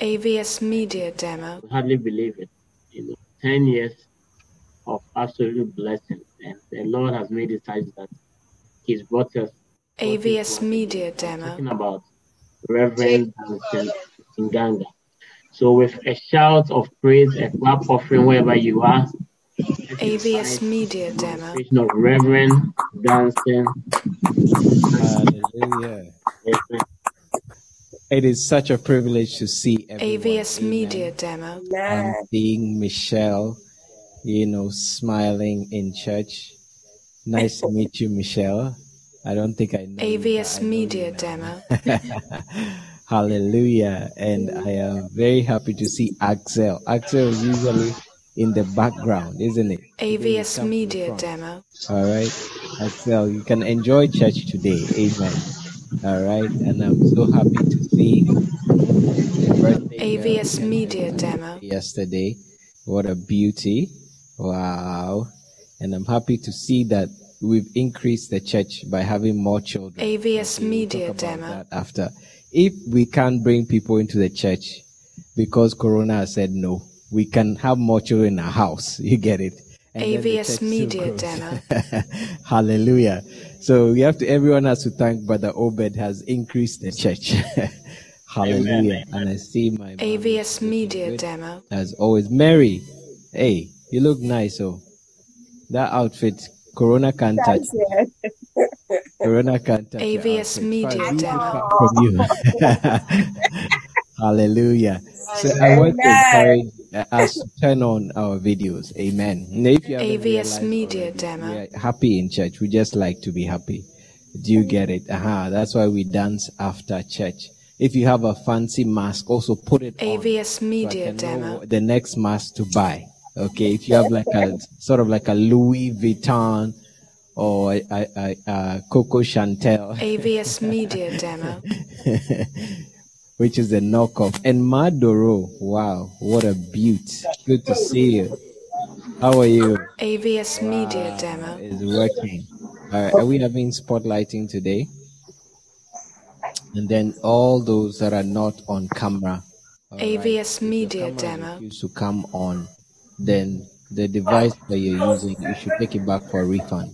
AVS Media Demo. hardly believe it. You know, 10 years of absolute blessing. And the Lord has made it such that He's brought us. AVS Media Demo. Talking about Reverend Duncan Nganga. So, with a shout of praise, a clap offering wherever you are, AVS Media Demo. preaching of Reverend Duncan. Hallelujah. It is such a privilege to see everyone. AVS Amen. Media Demo. and seeing Michelle, you know, smiling in church. Nice to meet you, Michelle. I don't think I know. you, but I AVS know you Media now. Demo. Hallelujah. And I am very happy to see Axel. Axel is usually in the background, isn't it? AVS come Media from. Demo. All right. Axel, you can enjoy church today. Amen. All right. And I'm so happy to see the birthday girl AVS and- Media Demo. yesterday. What a beauty. Wow. And I'm happy to see that we've increased the church by having more children. AVS We'll Media talk about Demo. that after. If we can't bring people into the church because Corona has said no, we can have more children in our house. You get it? And then the church AVS still Media grows. Demo. Hallelujah. So we have to, everyone has to thank Brother Obed has increased the church. Hallelujah. And I see my mom is AVS looking Media good. Demo. As always, Mary, hey, you look nice. Oh, that outfit, Corona can't touch. That's it. Corona can't touch. your AVS outfit. Fine, Media we will Demo. come from you. Hallelujah. So I want to Amen. encourage us to turn on our videos. Amen. And if you haven't AVS realized Media already, we Demo. are happy in church. We just like to be happy. Do you get it? Aha. That's why we dance after church. If you have a fancy mask, also put it on AVS so I Media can know Demo. what the next mask to buy. Okay, if you have like a sort of like a Louis Vuitton or a, a, a, a Coco Chantel, AVS Media Demo. which is a knockoff, and Maduro. Wow, what a beaut! Good to see you. How are you? AVS Media Wow, Demo. it's working. All right, are we having spotlighting today? And then all those that are not on camera. All right. AVS Media If your camera Demo. refuses to come on, then the device that you're using, you should take it back for a refund.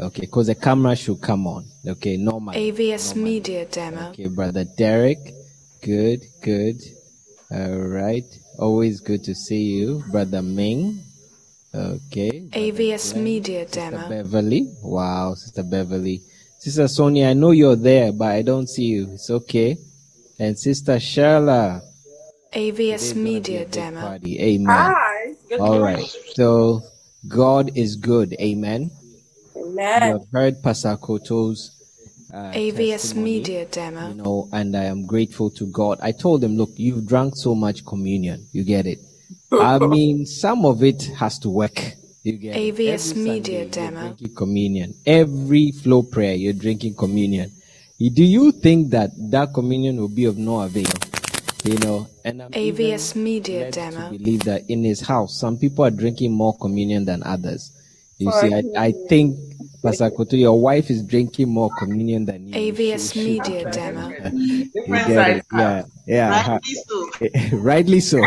Okay, because the camera should come on. Okay, normally. AVS Normally. Media Demo. Okay, brother Derek. Good, good. All right. Always good to see you, brother Ming. Okay. brother AVS Glenn. Media Sister Demo. Beverly. Wow, Sister Beverly. Sister Sonia, I know you're there, but I don't see you. It's okay. And Sister Sharla. AVS Today's gonna be Media a big Demo. party. Amen. Hi. Ah, Good All morning. right. So God is good. Amen. You Amen. have heard Pastor Koto's uh, AVS testimony Media you Demo. know, and I am grateful to God. I told him, look, you've drank so much communion. You get it. I mean, some of it has to work. You get it. AVS Every Media Sunday, you're Demo. drinking communion. Every flow prayer, you're drinking communion. Do you think that that communion will be of no avail? You know, and I'm even AVS Media led to Demo. believe that in his house, some people are drinking more communion than others. You For see, I, I think, Pastor Koto, your wife is drinking more communion than you. She AVS should be Media Demo. you get it. Uh-huh. Yeah. Yeah. ha- eh, Rightly so.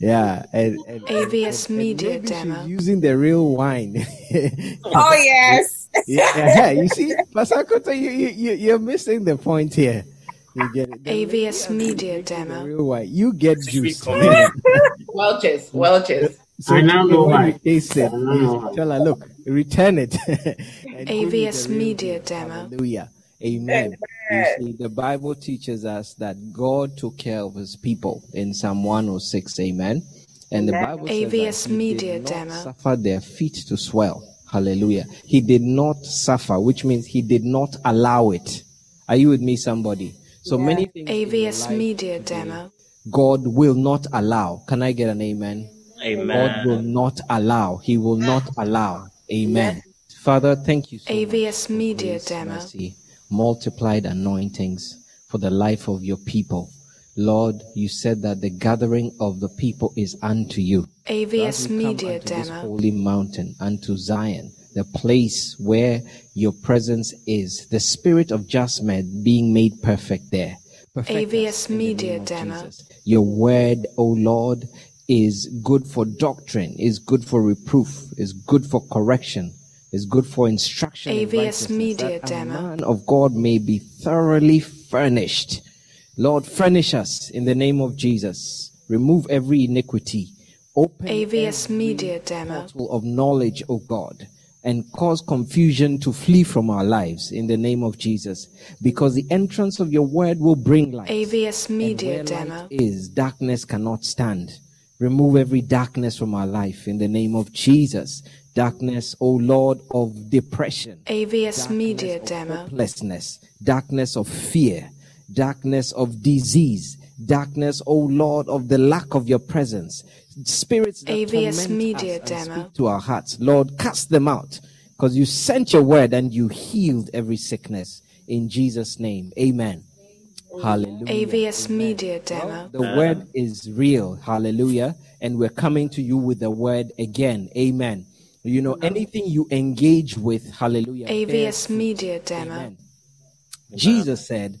yeah. And, and, and, and, AVS and Media maybe she's Demo. using the real wine. Oh yes. yeah. You see, Pasakoto, you, you, you, you're missing the point here. You get it. The lady AVS has been Media drinking the Demo. real wine. You get Sweet juice. communion. Welches, Welches. so I now today know when you why. taste I it, now you know should why. tell her, look, return it and give me the AVS real Media deal. Demo. Hallelujah. Amen. You see, the Bible teaches us that God took care of his people in Psalm 106. Amen. And the Bible says that AVS he Media did not Demo. suffer their feet to swell. Hallelujah. He did not suffer, which means he did not allow it. Are you with me, somebody? So many things in your AVS life Media today, Demo. God will not allow. Can I get an amen? God will Amen. not allow. He will not allow. Amen. Father, thank you so much AVS for Media grace, Demo. mercy, multiplied anointings for the life of your people. Lord, you said that the gathering of the people is unto you. So as AVS we come Media unto this Demo. holy mountain, unto Zion, the place where your presence is, the spirit of judgment being made perfect there. Perfect us AVS in the Media name of Demo. Jesus. Your word, O Lord, is good for doctrine, is good for reproof, is good for correction, is good for instruction. in AVS righteousness, Media that a Demo. man of God may be thoroughly furnished. Lord, furnish us in the name of Jesus. Remove every iniquity. Open AVS Media Demo. portal of knowledge, O God, and cause confusion to flee from our lives in the name of Jesus. Because the entrance of your word will bring light. AVS And Media where light Demo. is darkness cannot stand. Remove every darkness from our life in the name of Jesus. Darkness, O Lord, of depression. AVS Darkness Media of Demo. Hopelessness, darkness of fear, darkness of disease, darkness, O Lord, of the lack of your presence. Spirits that AVS torment Media us Demo. And speak to our hearts. Lord, cast them out because you sent your word and you healed every sickness. In Jesus' name, amen. Hallelujah. AVS Media Demo. The word is real. Hallelujah. And we're coming to you with the word again. Amen. You know, anything you engage with, hallelujah. bears AVS fruit. Media Demo. Amen. Jesus said,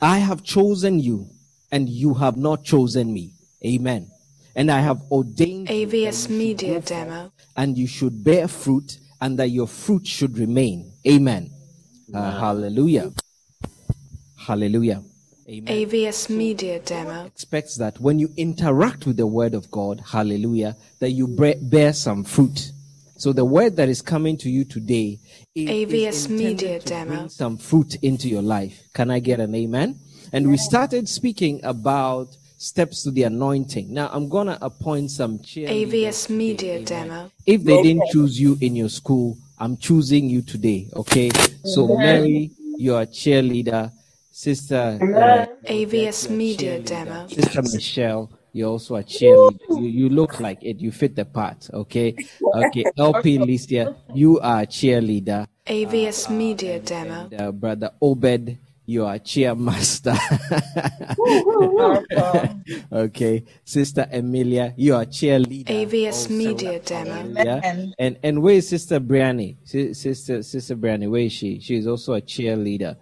I have chosen you, and you have not chosen me. Amen. And I have ordained you that AVS you should Media go forth, Demo. and you should bear fruit, and that your fruit should remain. Amen. Uh, hallelujah. Hallelujah. Amen AVS Media Demo. expects that when you interact with the word of God, hallelujah, that you bre- bear some fruit. So the word that is coming to you today is, is AVS intended Media to Demo. bring some fruit into your life. Can I get an amen? And we started speaking about steps to the anointing. Now I'm gonna appoint some cheerleaders. AVS today, Media amen. Demo. If they didn't choose you in your school, I'm choosing you today. Okay. So Mary, you're a cheerleader. Sister uh, AVS you're a Media cheerleader. Demo. Sister Michelle, you're also a cheerleader. You, you look like it. You fit the part. Okay. Okay. LP Licia, you are a cheerleader. AVS Media And- Demo. and, uh, brother Obed, you are a cheermaster. okay. Sister Emilia, you are a cheerleader. AVS also. Media Demo. Yeah. Amen. And and where is Sister Brianny? Si- Sister Sister Brianny, where is she? She's also a cheerleader.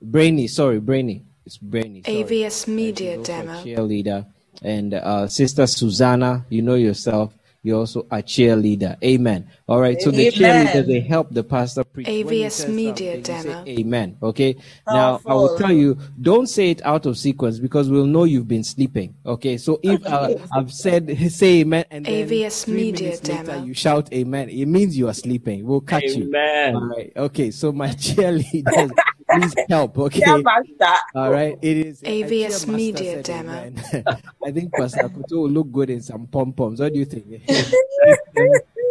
Brainy, sorry, Brainy. It's Brainy. sorry. AVS Media She's also a Demo. cheerleader. And uh, Sister Susanna, you know yourself. You're also a cheerleader. Amen. All right. So the Amen. cheerleader, they help the pastor preach. When he AVS says Media something, you say Demo. Amen. Okay. Now I will Powerful. tell you, don't say it out of sequence because we'll know you've been sleeping. Okay. So if uh, I've said say Amen and then AVS three Media minutes later Demo. you shout Amen, it means you are sleeping. We'll catch you. All Amen. right. Okay. So my cheerleaders, please help. Okay. Shamaster. All right, it is a AVS cheermaster Media said Demo. amen. I think Pastor Akuto will look good in some pom poms. What do you think? System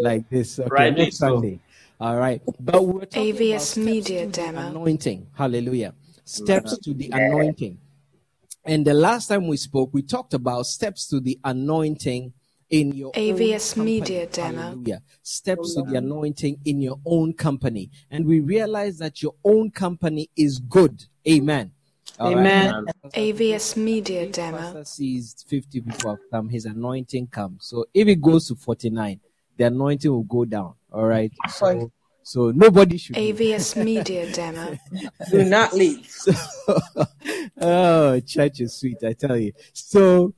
like this, okay, Rightly next so. Sunday. All right, but we're talking about AVS steps Media to the Demo. anointing. Hallelujah! Steps to the anointing. And the last time we spoke, we talked about steps to the anointing in your AVS own company. Media Demo. Hallelujah. Steps to the anointing in your own company. And we realize that your own company is good. Amen. All right. Amen. AVS Media If Demo. pastor sees 50 people have come, his anointing comes. So if it goes to 49, the anointing will go down. All right. So, so nobody should leave. AVS Media Demo. Do not leave. oh, church is sweet, I tell you. So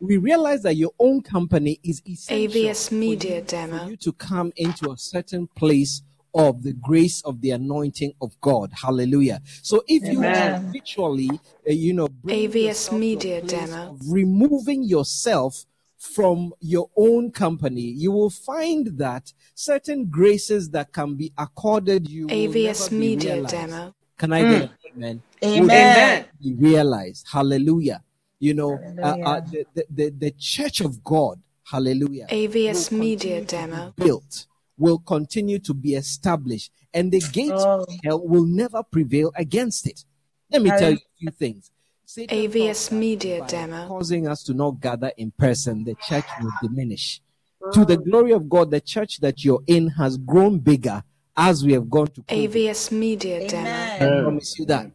we realize that your own company is essential AVS Media for, you, for Demo. you to come into a certain place of the grace of the anointing of God. Hallelujah. So if you Amen. habitually, uh, you know, bring AVS yourself to a Media place Demo. of removing yourself from your own company, you will find that certain graces that can be accorded you will AVS never be Media realized. Demo. Can I get an amen? Will Amen. be realized. Hallelujah. You know, uh, uh, Hallelujah. the, the, the, the church of God, hallelujah, AVS will Media continue to be Demo. built, will continue to be established, and the gates Oh. of hell will never prevail against it. Let me tell you a few things. Satan thought AVS that Media by Demo. causing us to not gather in person, the church will diminish. To the glory of God, the church that you're in has grown bigger as we have gone to COVID. AVS Media Demo. I Amen. Amen. promise you that.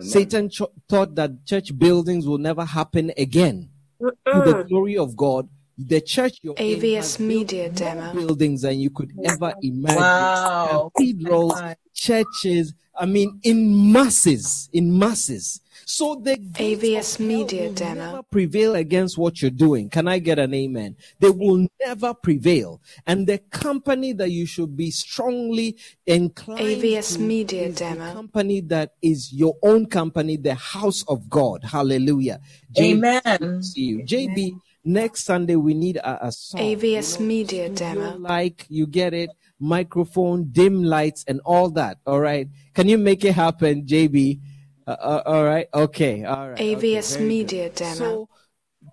Satan ch- thought that church buildings will never happen again. To the glory of God, the church you're in AVS has built Media more Demo. buildings than you could ever imagine. Wow. Cathedrals, My God. churches, I mean, in masses, in masses. So the gates AVS of hell Media will Demo. never prevail against what you're doing. Can I get an amen? They will never prevail. And the company that you should be strongly inclined AVS to Media is the Demo. company that is your own company, the house of God. Hallelujah. JB, Amen. See you. JB, next Sunday we need a, a song. AVS Media Studio Demo. Like you get it, microphone, dim lights, and all that. All right, can you make it happen, JB? Uh, uh, all right, okay, all right. okay, AVS very good. Media Demo. So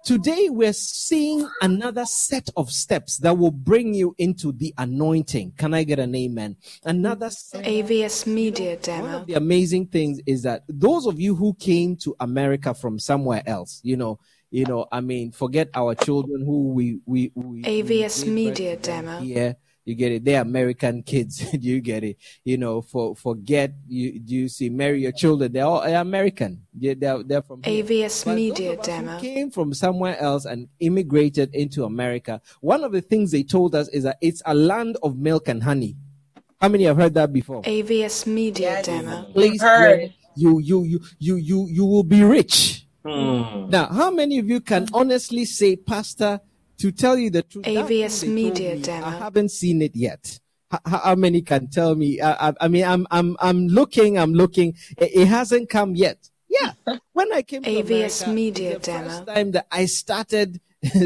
today we're seeing another set of steps that will bring you into the anointing. Can I get an amen? Another set AVS Media one Demo. of the amazing things is that those of you who came to America from somewhere else, you know, you know, I mean, forget our children who we we, we AVS we gave birth Media to them Demo. here. You get it? They're American kids. you get it? You know, for forget you. Do you see? Marry your children. They're all they're American. They're they're, they're from here. AVS But Media those of us who Demo. came from somewhere else and immigrated into America. One of the things they told us is that it's a land of milk and honey. How many have heard that before? AVS Media Demo. place Heard. where you you you you you you will be rich. Hmm. Now, how many of you can honestly say, Pastor, to tell you the truth? that thing AVS they told Media me, Demo. I haven't seen it yet. H- h- how many can tell me? I, I, I mean, I'm I'm I'm looking, I'm looking. It, it hasn't come yet. Yeah, when I came to AVS America, Media the first Demo. time that I started.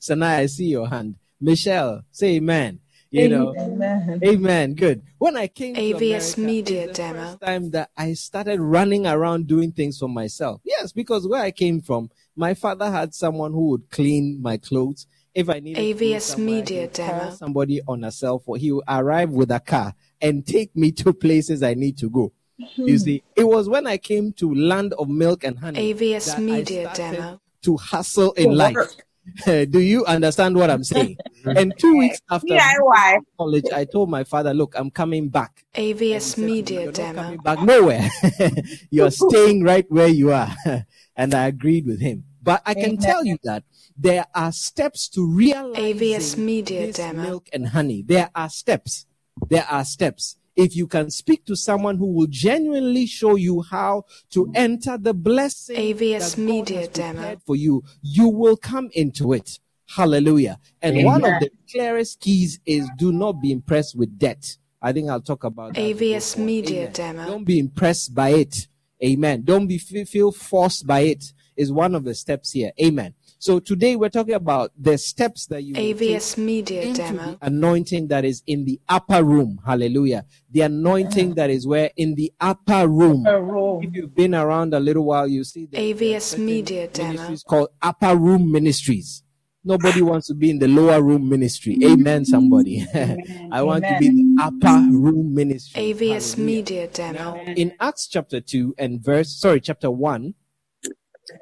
Sanaa, I see your hand. Michelle, say Amen. You know, Amen. Amen. Good. When I came to AVS America, Media it's the Demo. first time that I started running around doing things for myself. Yes, because where I came from, my father had someone who would clean my clothes. If I needed to go AVS somewhere, he Media would call Demo. somebody on a cell phone, he would arrive with a car and take me to places I need to go. You see, it was when I came to land of milk and honey AVS that I Media started Demo. to hustle in life. Do you understand what I'm saying? and two weeks after DIY. college, I told my father, "Look, I'm coming back." And he AVS said to me, "You're Media not Demo. coming back nowhere. You're staying right where you are." and I agreed with him. But I can Amen. tell you that there are steps to realize AVS Media this Demo. milk and honey. There are steps. There are steps. If you can speak to someone who will genuinely show you how to enter the blessing AVS that God Media has Demo. prepared for you, you will come into it. Hallelujah. And one of the clearest keys is do not be impressed with debt. I think I'll talk about that. AVS before. Media Amen. Demo. Don't be impressed by it. Amen. Don't be fe- feel forced by it. Is one of the steps here. Amen. So today we're talking about the steps that you will take AVS Media into Demo. the anointing that is in the upper room. Hallelujah. The anointing that is where in the upper room. A room. If you've been around a little while, you see that there are AVS certain Media Demo. ministries called upper room ministries. Nobody wants to be in the lower room ministry. Mm-hmm. Amen, somebody. I want to be in the upper room ministry. AVS Hallelujah. Media Demo. Now, in Acts chapter 2 and verse, sorry, chapter 1,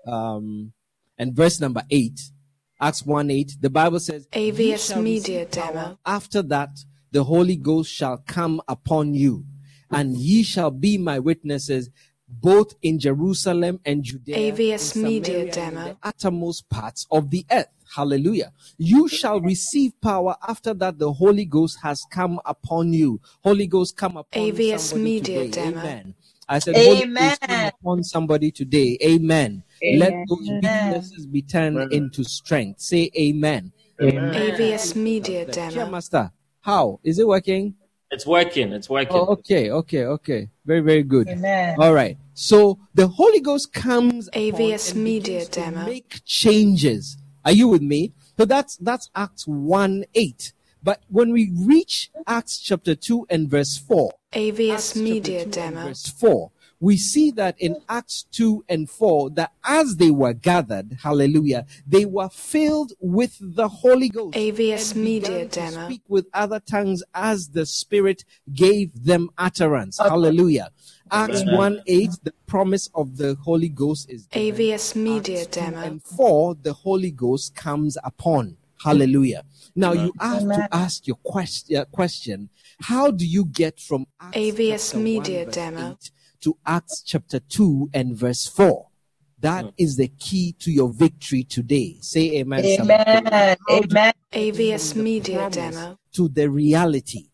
um, and verse number 8, Acts 1 8, the Bible says, "Ye AVS shall Media receive power. Demo. After that, the Holy Ghost shall come upon you, and ye shall be my witnesses both in Jerusalem and Judea, AVS in Media Samaria, and in Demo. the uttermost parts of the earth. Hallelujah. You shall receive power after that the Holy Ghost has come upon you. Holy Ghost come upon AVS somebody Media today. Demo. Amen. I said, Holy Ghost come Amen. upon somebody today. Amen. Let those Amen. weaknesses be turned Amen. into strength. Say amen. Amen. AVS Media Demo. Master, how? Is it working? It's working. It's working. Oh, okay, okay, okay. Very, very good. Amen. All right. So the Holy Ghost comes upon AVS and Media begins to Demo. make changes. Are you with me? So that's that's Acts 1 8. But when we reach Acts chapter 2 and verse 4, Acts AVS chapter Media 2 and Demo. verse 4, we see that in Acts 2 and 4 that as they were gathered, hallelujah, they were filled with the Holy Ghost. AVS and began Media to Demo. Speak with other tongues as the Spirit gave them utterance. Hallelujah. Acts Amen. 1 8, the promise of the Holy Ghost is given. AVS Media Acts 2 Demo. And 4, the Holy Ghost comes upon. Hallelujah. Now you have Amen. to ask your question, question how do you get from Acts AVS chapter Media 1, verse Demo. 8 to Acts chapter 2 and verse 4? That is the key to your victory today. Say amen. somebody. Amen. Amen. AVS From the Media promise Demo. To the reality.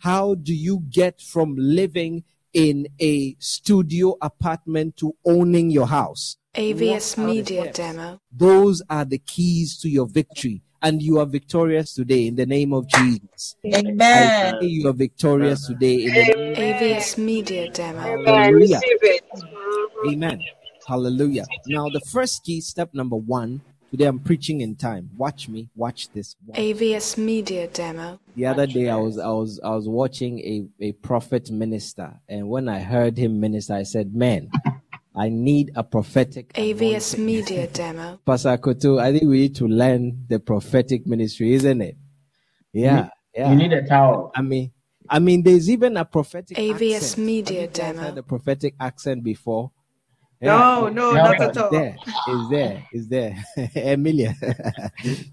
How do you get from living in a studio apartment to owning your house. AVS Media Demo. Those are the keys to your victory. And you are victorious today in the name of Jesus. I Amen. say you are victorious today in the name AVS Media Demo. Amen. Receive it. Amen. Hallelujah. Now, the first key, step number one, today I'm preaching in time. Watch me, watch this. Watch. AVS Media Demo. The other day I was I was I was watching a, a prophet minister, and when I heard him minister, I said, Man, I need a prophetic AVS Media Demo. Pastor Koto, I think we need to learn the prophetic ministry, isn't it? Yeah. Yeah. You need a towel. I mean, I mean, there's even a prophetic AVS accent. Media Have you guys demo. Had a prophetic accent before. No, no, Yeah. not at all. there is there is there Emilia.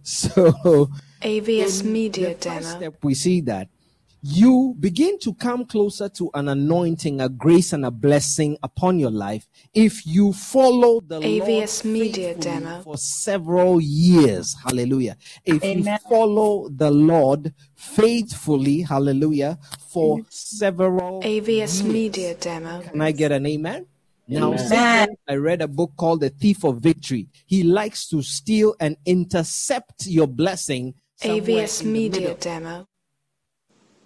so AVS in Media the first Demo. step we see that you begin to come closer to an anointing, a grace, and a blessing upon your life if you follow the AVS Lord Media faithfully Demo. for several years. Hallelujah. If Amen. you follow the Lord faithfully, hallelujah, for several AVS years. Media Demo. Can I get an amen? Now, Amen. Amen. I read a book called The Thief of Victory. He likes to steal and intercept your blessing. somewhere AVS in the Media middle. Demo.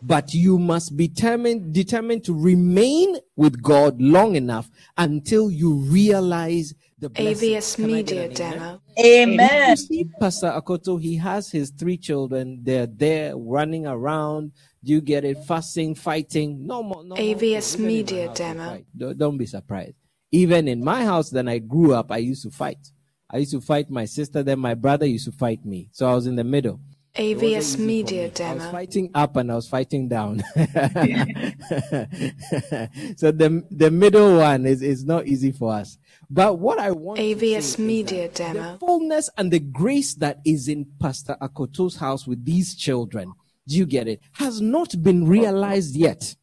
But you must be determined, determined to remain with God long enough until you realize the blessing. AVS Can I get Media an amen? Demo. Amen. You see, Pastor Akoto, he has his three children. They're there running around. You get it, fussing, fighting. No more. No more AVS Even in my Media house, we demo. fight. Don't, don't be surprised. Even in my house, then I grew up, I used to fight. I used to fight my sister, then my brother used to fight me. So I was in the middle. It wasn't AVS easy for Media me. I was Demo. fighting up and I was fighting down. so the the middle one is, is not easy for us. But what I want to AVS say Media is that Demo. the fullness and the grace that is in Pastor Akoto's house with these children, do you get it? Has not been realized yet.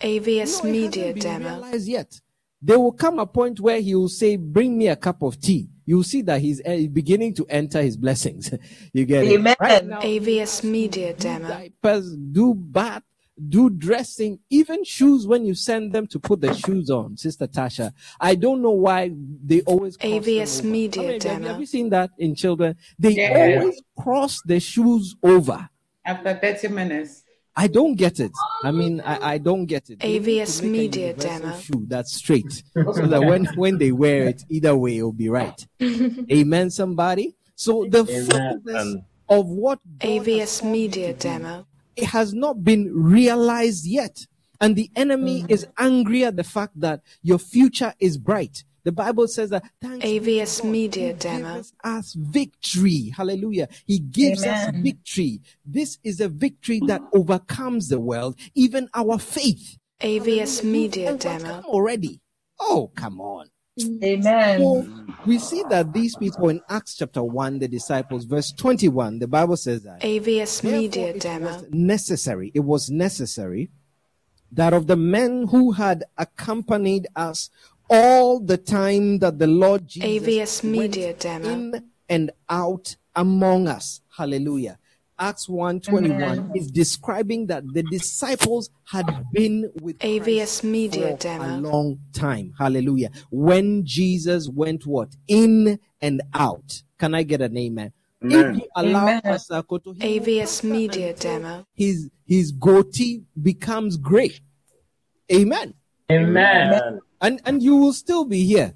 AVS No, it Media hasn't been Demo. realized yet. There will come a point where he will say, "Bring me a cup of tea." You will see that he's eh, beginning to enter his blessings. you get Amen. it right now. he AVS Media do Demo. diapers, do bath, do dressing, even shoes when you send them to put the shoes on, Sister Tasha. I don't know why they always cross them AVS over. Media How many- have, you- demo. have you seen that in children? They Yeah. always cross the shoes over. After 30 minutes. I don't get it. I mean, I, I don't get it. They need AVS to make a Media universal demo. shoe that's straight, so that when when they wear it, either way, it'll be right. Amen. Somebody. So the Amen. fullness of what God has AVS called you Media to do Demo. it has not been realized yet. And the enemy Mm. is angry at the fact that your future is bright. The Bible says that thanks be to AVS God Media who Demo. gives us victory. Hallelujah. He gives us Amen. victory. This is a victory that overcomes the world, even our faith. AVS Hallelujah. You've Media overcome Demo. already. Oh, come on. Amen. So we see that these people in Acts chapter 1, the disciples, verse 21, the Bible says that. AVS Therefore, Media it Demo. was necessary. It was necessary that of the men who had accompanied us all the time that the Lord Jesus AVS Media went Demo. in and out among us. Hallelujah. Acts 1:21 is describing that the disciples had been with AVS Christ Media for a Demo. long time. Hallelujah. When Jesus went what? In and out. Can I get an amen? If you allow Amen. Pastor Koto, he will AVS pamper Media until Demo. His his goatee becomes gray. Amen. Amen. Amen. And and you will still be here.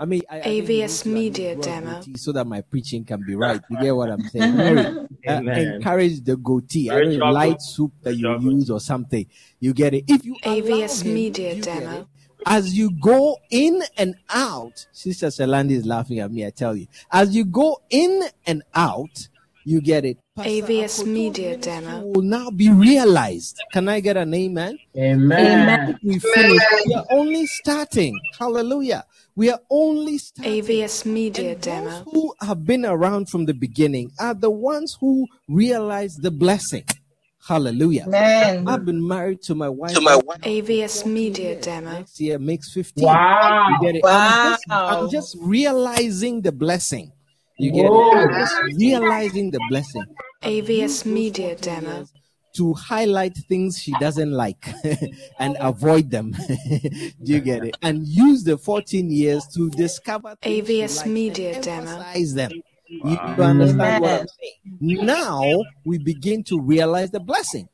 I mean, I, I think we AVS need to Media grow a Demo. goatee so that my preaching can be right. You get what I'm saying? Mary, uh, Amen. encourage the goatee. I Very don't know, chocolate. light soup that you Very use or something. You get it. If you allow AVS him, Media you get Demo. it. As you go in and out, Sister Celandi is laughing at me. I tell you, as you go in and out, you get it. Pastor AVS Akoto's Media ministry Demo. will now be realized. Can I get an amen? Amen. we finish. We are only starting. Hallelujah. We are only starting. AVS Media and those Demo. who have been around from the beginning are the ones who realize the blessing. Hallelujah. Amen. I've been married to my wife. To my wife. AVS Media Demo. Next year makes 15. Wow. You get it? I'm just, I'm Wow. just realizing the blessing. You get it? Whoa. I'm just realizing the blessing. I've AVS used those Media 14 Demo. years to highlight things she doesn't like and avoid them. Do you get it? And use the 14 years to discover things she AVS likes and Media Demo. emphasize them. You, you understand what I'm saying? Now we begin to realize the blessing.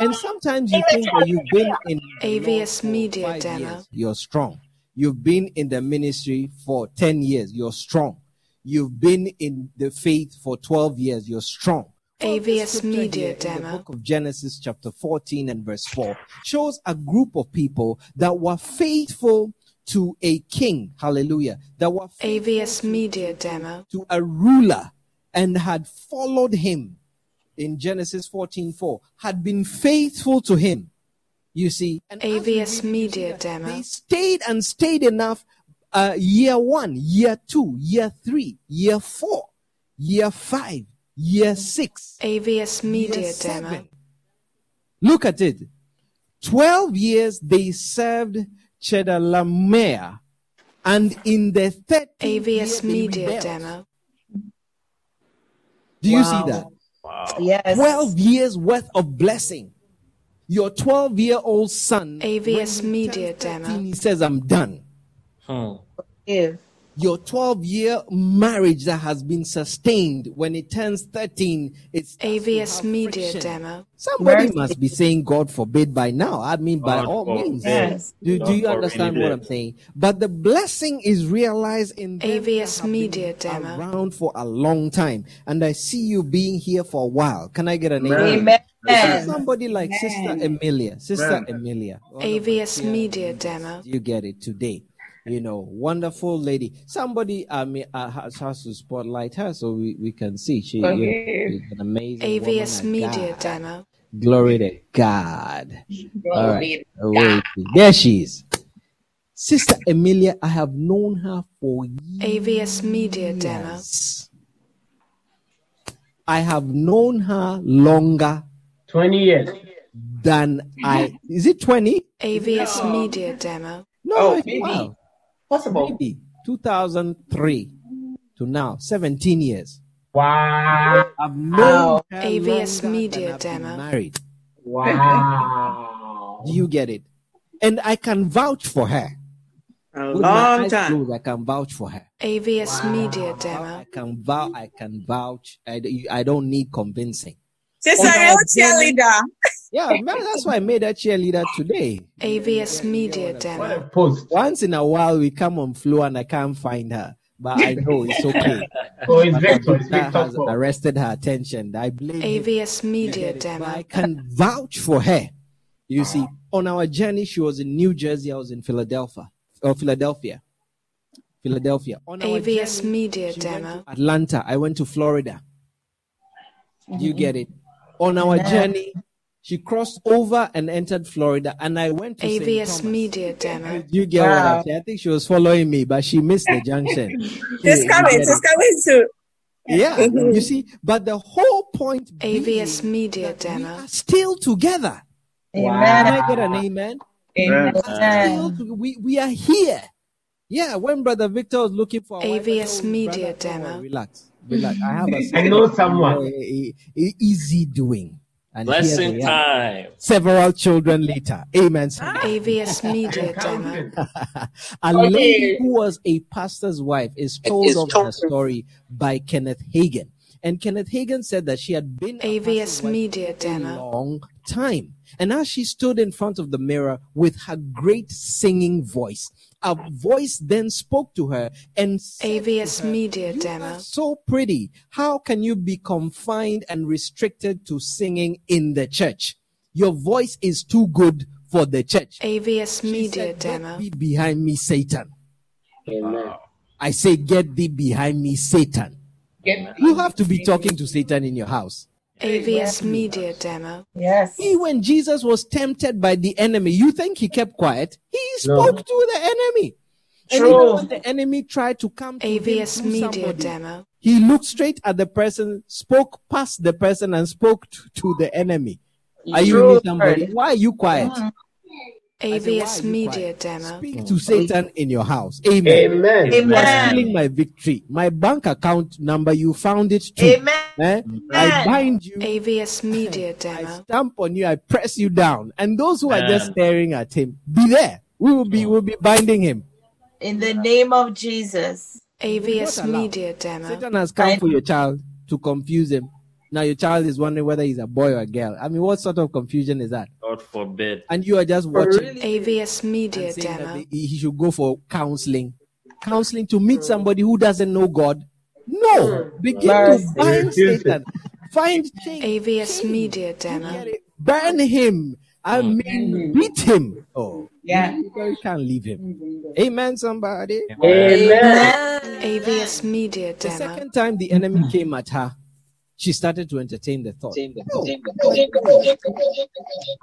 And sometimes you think that you've been in the Lord AVS for Media five Demo. years, you're strong. You've been in the ministry for 10 years, you're strong. You've been in the faith for 12 years, you're strong. Well, this AVS scripture Media here in the Demo. book of Genesis, chapter 14 and verse 4, shows a group of people that were faithful to a king. Hallelujah. That were AVS Media Demo. to a ruler and had followed him in Genesis 14:4, had been faithful to him. You see, and as we AVS read, you see Media that Demo. They stayed and stayed enough uh, year one, year two, year three, year four, year five, year six, AVS year Media Demo. seven. Look at it. 12 years they served Chedorlaomer, and in the 13th AVS year they Media rebelled. Demo. Do you Wow. see that? Yes. 12 years worth of blessing. Your 12 year old son, AVS when he turns Media 13, Demo. he says, I'm done. Hmm. Give. Your 12 year marriage that has been sustained when it turns 13, it's AVS Media Demo. Somebody Mercy. must be saying, God forbid by now. I mean, by God all forbid. means. Yes. Do, do God you understand what forbid. I'm saying? But the blessing is realized in them that AVS have been Media Demo. around for a long time. And I see you being here for a while. Can I get an amen? Amen. somebody like Sister Emilia, Sister Emilia, one of my AVS dear Media friends, Demo. You get it today. You know, wonderful lady. Somebody I mean, uh, has, has to spotlight her so we, we can see she you know, Okay. she's an amazing woman AVS of Media God. Demo. Glory to God. All Glory right. Away to- There she is. Sister Emilia, I have known her for AVS Media Demo. years. I have known her longer 20 years. than I. Is it 20? AVS Media Demo. No, Oh, it's maybe. wow. Possible. Maybe 2003 to now, 17 years. Wow. I've known her AVS longer Media than I've been Demo. Married. Wow. Do you get it? And I can vouch for her. A With my long eyes time. closed, I can vouch for her. AVS Media Demo. I can vouch. I can vouch. I, d- I don't need convincing. Sister, On our real journey- cheerleader. Yeah, man, that's why I made her cheerleader today. AVS Media What Demo. a post. Once in a while, we come on floor and I can't find her, but I know it's okay. Oh, it's But Victor. It's Abita Victor's has fault. arrested her attention. I blame him. AVS Media But I Demo. can vouch for her. You see, on our journey, she was in New Jersey. I was in Philadelphia. Or Philadelphia. Philadelphia. On our AVS journey, Media she went Demo. to Atlanta. I went to Florida. You get it. On our journey, she crossed over and entered Florida, and I went to St. AVS Thomas. Media Demo. You get what Wow. I'm saying? I think she was following me, but she missed the junction. She's You coming. get it? She's coming too. Yeah, you see, but the whole point AVS being Media that we Demo. are still together. Can Amen. I get an amen? Still Amen. to- we, we are here. Yeah, when Brother Victor was looking for a wife, I told AVS him, Media "Brother, don't worry, Demo. relax, relax. I have a I know eh, someone. eh, eh, easy doing, and here Blessing they are. time. Several children later, amen. somebody. AVS Media And Demo. counting. A lady who was a pastor's wife is told of the story by Kenneth Hagan. And Kenneth Hagan said that she had been a AVS pastor's wife Media for a Demo. long time. And as she stood in front of the mirror with her great singing voice, a voice then spoke to her and said to AVS her, Media you Demo. are so pretty. How can you be confined and restricted to singing in the church? Your voice is too good for the church. AVS She Media said, "Get Demo. thee behind me, Satan. Amen. I say, get thee behind me, Satan. Get You have to be talking to Satan in your house. AVS Media Demo. Yes. He, when Jesus was tempted by the enemy, you think he kept quiet? He No. spoke to the enemy. And True. even when the enemy tried to come to him AVS through Media somebody, Demo. he looked straight at the person, spoke past the person, and spoke to, to the enemy. Are you with me, somebody? Lord. Why are you quiet? I said, "Why AVS are you Media crying?" Demo. Speak to Satan in your house. Amen. Amen. That's Amen. stealing my victory. My bank account number, you found it too. Amen. Eh? I bind you. AVS Media I Demo. stamp on you, I press you down. And those who are just Amen. staring at him, be there. We will be we'll be binding him. In the name of Jesus. AVS not allow. Media Demo. Satan has come Right. for your child to confuse him. Now your child is wondering whether he's a boy or a girl. I mean, what sort of confusion is that? God forbid. And you are just watching AVS and Media saying that Demo. they- he he should go for counseling. Counseling to meet somebody who doesn't know God. No, begin to Mercy. bind Refuse it. Satan. Find change. AVS Media Demo. Get it. Burn him. I Mm. mean, beat him. Oh, Yeah. you can't leave him. Amen, somebody. Amen. AVS Media The Demo. second time the enemy came at her, she started to entertain the thought.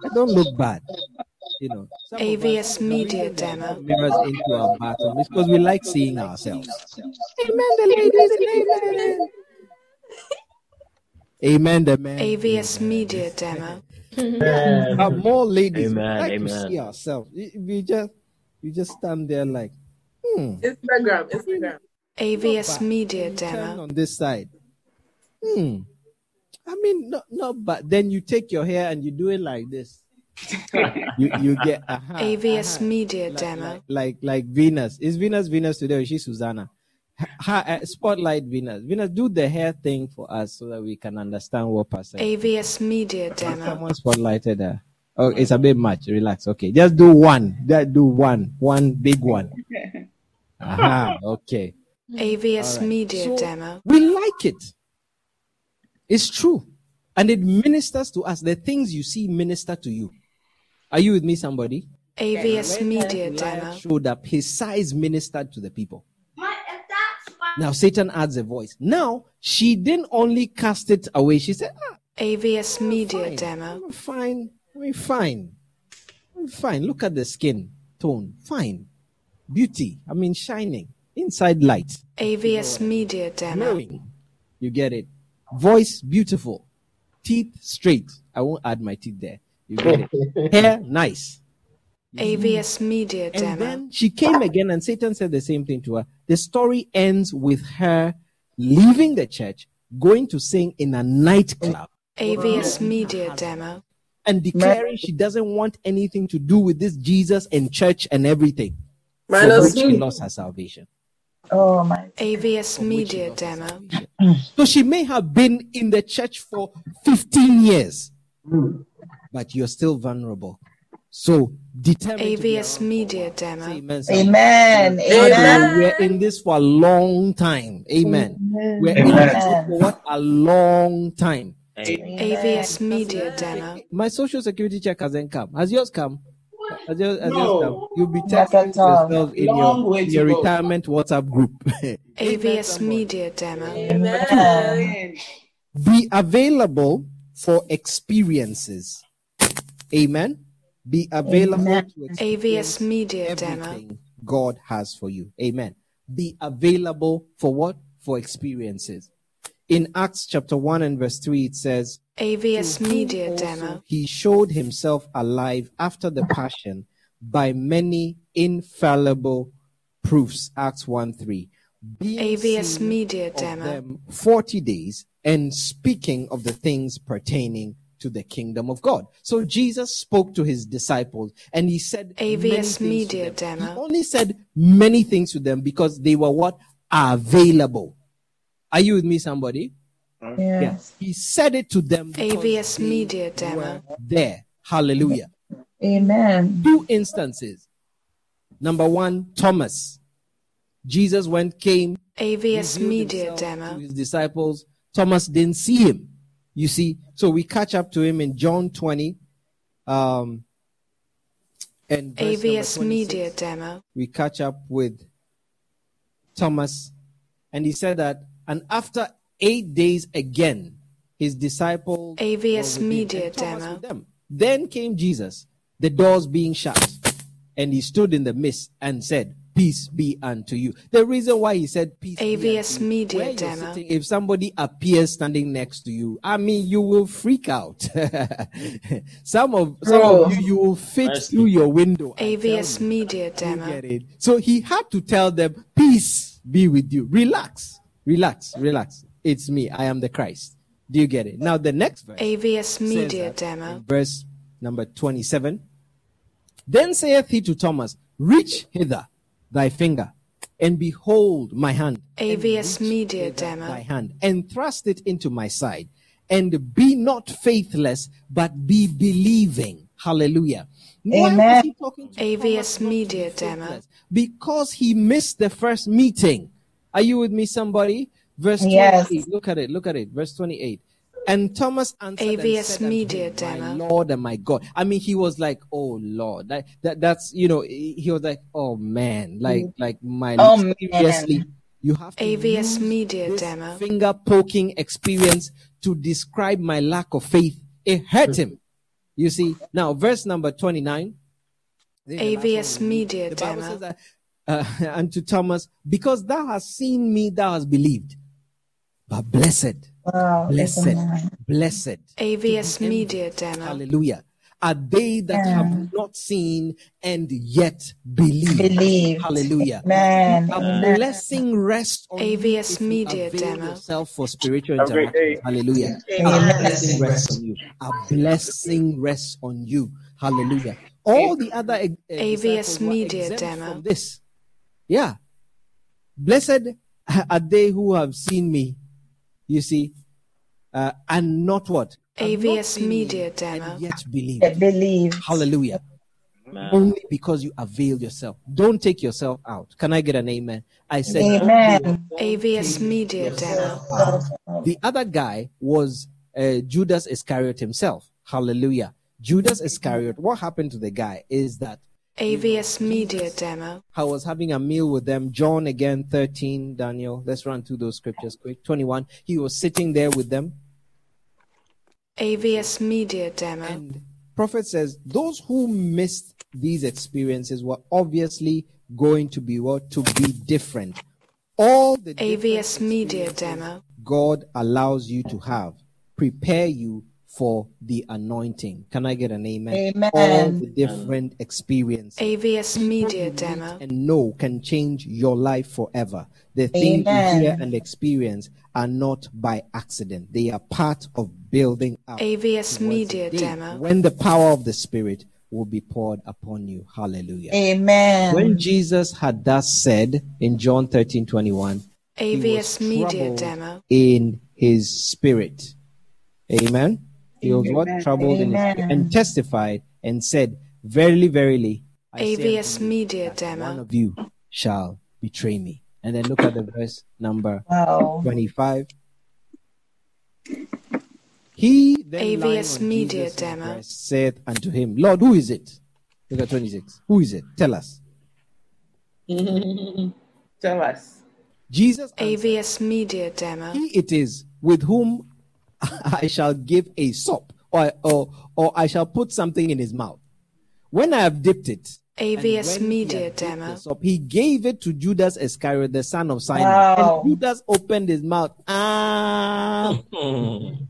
I don't look bad. You know, some of us AVS Media Demo. mirrors into our bathroom because we like seeing ourselves. Amen, the ladies. Amen. Amen, the men. AVS Media Demo. But more ladies we Amen, like to amen. see ourselves. We we just, we just stand there like, hmm. Instagram, Instagram. AVS Media You eh, turn Demo. on this side. Hmm. I mean, not not but then you take your hair and you do it like this. you you get uh-huh, AVS Media like, Demo. Like, like like Venus. Is Venus Venus today or is she Susanna? Ha, uh, spotlight Venus. Venus, do the hair thing for us so that we can understand what person. AVS Media Demo. Someone spotlighted her. Oh, it's a bit much. Relax. Okay, just do one. Just do one. One big one. Aha. Okay. AVS Alright. Media So- Demo. We like it. It's true. And it ministers to us. The things you see minister to you. Are you with me, somebody? AVS Media Demo. Goliath showed up, his size ministered to the people. Now Satan adds a voice. Now she didn't only cast it away. She said, ah, AVS Media fine. Demo. I'm fine. We're fine. I'm fine. Look at the skin tone. Fine. Beauty. I mean, shining. Inside light. AVS Media Demo. Glowing. You get it. Voice beautiful. Teeth straight. I won't add my teeth there. You get it. Hair nice. AVS Media And Demo. then she came again, and Satan said the same thing to her. The story ends with her leaving the church, going to sing in a nightclub, AVS Media Demo. and declaring she doesn't want anything to do with this Jesus and church and everything. For which Minus she me. lost her salvation. Oh my. AVS For which she Media lost her Demo. salvation. So she may have been in the church for 15 years, but you're still vulnerable. So determined. to be AVS around for a Media while. Demo. Say amen. somebody. Amen. God, Amen. we are in this for a long time. Amen. We're in Amen. this for what a long time. Amen. AVS Media Demo. My social security check hasn't come. Has yours come? Has yours, has No. yours come? You'll be Not texting at all. yourself in Long your, way in to your go. retirement WhatsApp group. AVS Media Demo. Amen. Be available for experiences. Amen. Be available Amen. to experience AVS Media Demo. everything God has for you. Amen. Be available for what? For experiences. In Acts chapter 1 and verse 3, it says, AVS "To whom Media also Demo. He showed himself alive after the passion by many infallible proofs. Acts 1 3. Being AVS seen Media of Demo. them 40 days and speaking of the things pertaining to the kingdom of God. So Jesus spoke to his disciples and he said many AVS things to Media them. Demo. He only said many things to them because they were what? Available. Are you with me, somebody? Yes. He said it to them. because AVS they Media Demo. were There. Hallelujah. Amen. Two instances. Number one, Thomas. Jesus went, came, AVS revealed Media himself To Demo. his disciples, Thomas didn't see him. You see, so we catch up to him in John 20. Um, and verse AVS number Media 26. Demo. We catch up with Thomas, and he said that, and after eight days again, his disciples were AVS with him, Media and Thomas Demo. with them. Then came Jesus, the doors being shut, and he stood in the midst and said, peace be unto you. The reason why he said peace. be AVS unto you, Media where you're Demo. sitting, if somebody appears standing next to you, I mean, you will freak out. some of some Bro. of you, you will fit Mercy. through your window. I AVS tell you. Media You Demo. get it. So he had to tell them, peace be with you. Relax, relax, relax. It's me. I am the Christ. Do you get it? Now the next verse AVS says Media that Demo. in Verse number 27. Then saith he to Thomas, Reach hither thy finger, and behold my hand. and AVS reach Media hither Demo. Thy hand, and thrust it into my side, and be not faithless, but be believing. Hallelujah. Why was Amen. he talking to AVS Thomas not to be Media Demo. faithless? Because he missed the first meeting. Are you with me, somebody? Verse 28. Yes. Look at it. Look at it. Verse 28. And Thomas answered answered and AVS said unto Media him, Demo. My Lord and my God. I mean, he was like, "Oh Lord," that, that that's you know, he he was like, "Oh man," like Mm. like my Oh, Lord, seriously, you have to AVS use Media this Demo. finger poking experience to describe my lack of faith. It Hmm. hurt him. You see now, verse number twenty nine. AVS Media The Bible Demo. says that, uh, unto Thomas, because thou hast seen me, thou hast believed. But blessed, Wow. it's blessed, amazing. blessed AVS envy. Media Demo. Hallelujah. Are they that Yeah. have not seen and yet believe? Believed. Hallelujah. Amen. A Amen. blessing rests on you AVS if you Media avail Demo. yourself for spiritual Have a great interaction. Hallelujah. Amen. A blessing rests on you. A blessing rests on you. Hallelujah. All the other ex- eh, AVS disciples were Media exempt Demo. from this. Yeah. Blessed are they who have seen me. You see, uh, and not what Have not AVS seen me Media Demo. and yet believe. That believe. Hallelujah. Amen. Only because you avail yourself. Don't take yourself out. Can I get an amen? I said, Amen. AVS Media Demo. the other guy was uh, Judas Iscariot himself. Hallelujah. Judas Iscariot, what happened to the guy is that AVS Media Demo. I was having a meal with them. John again, 13, Daniel. Let's run through those scriptures quick. 21. He was sitting there with them. AVS Media Demo. And prophet says those who missed these experiences were obviously going to be what to be different. All the AVS different Media experiences Demo. God allows you to have prepare you for the anointing. Can I get an amen? Amen. All the different experiences AVS Media Demo. and know can change your life forever. The things you Amen. hear and experience are not by accident. They are part of building up AVS towards Media the day Demo. When the power of the Spirit will be poured upon you. Hallelujah. When Amen. Jesus had thus said in John 13 21, AVS Media troubled. Demo. in his spirit. Amen. He was what? Troubled in his Amen. spirit and testified and said, Verily, verily, I say AVS unto you, Media that Demo. One of you shall betray me. And then look at the verse number Wow. 25. He then lying AVS on Media Jesus' Demo. breast saith unto him, Lord, who is it? Look at 26. Who is it? Tell us. Tell us. Jesus answered, AVS Media Demo. he it is with whom I shall give a sop, or, or, or I shall put something in his mouth. When I have dipped it, and AVS when he Media had dipped the Demo. sop, he gave it to Judas Iscariot, the son of Simon. Wow. And Judas opened his mouth. Ah, Mm.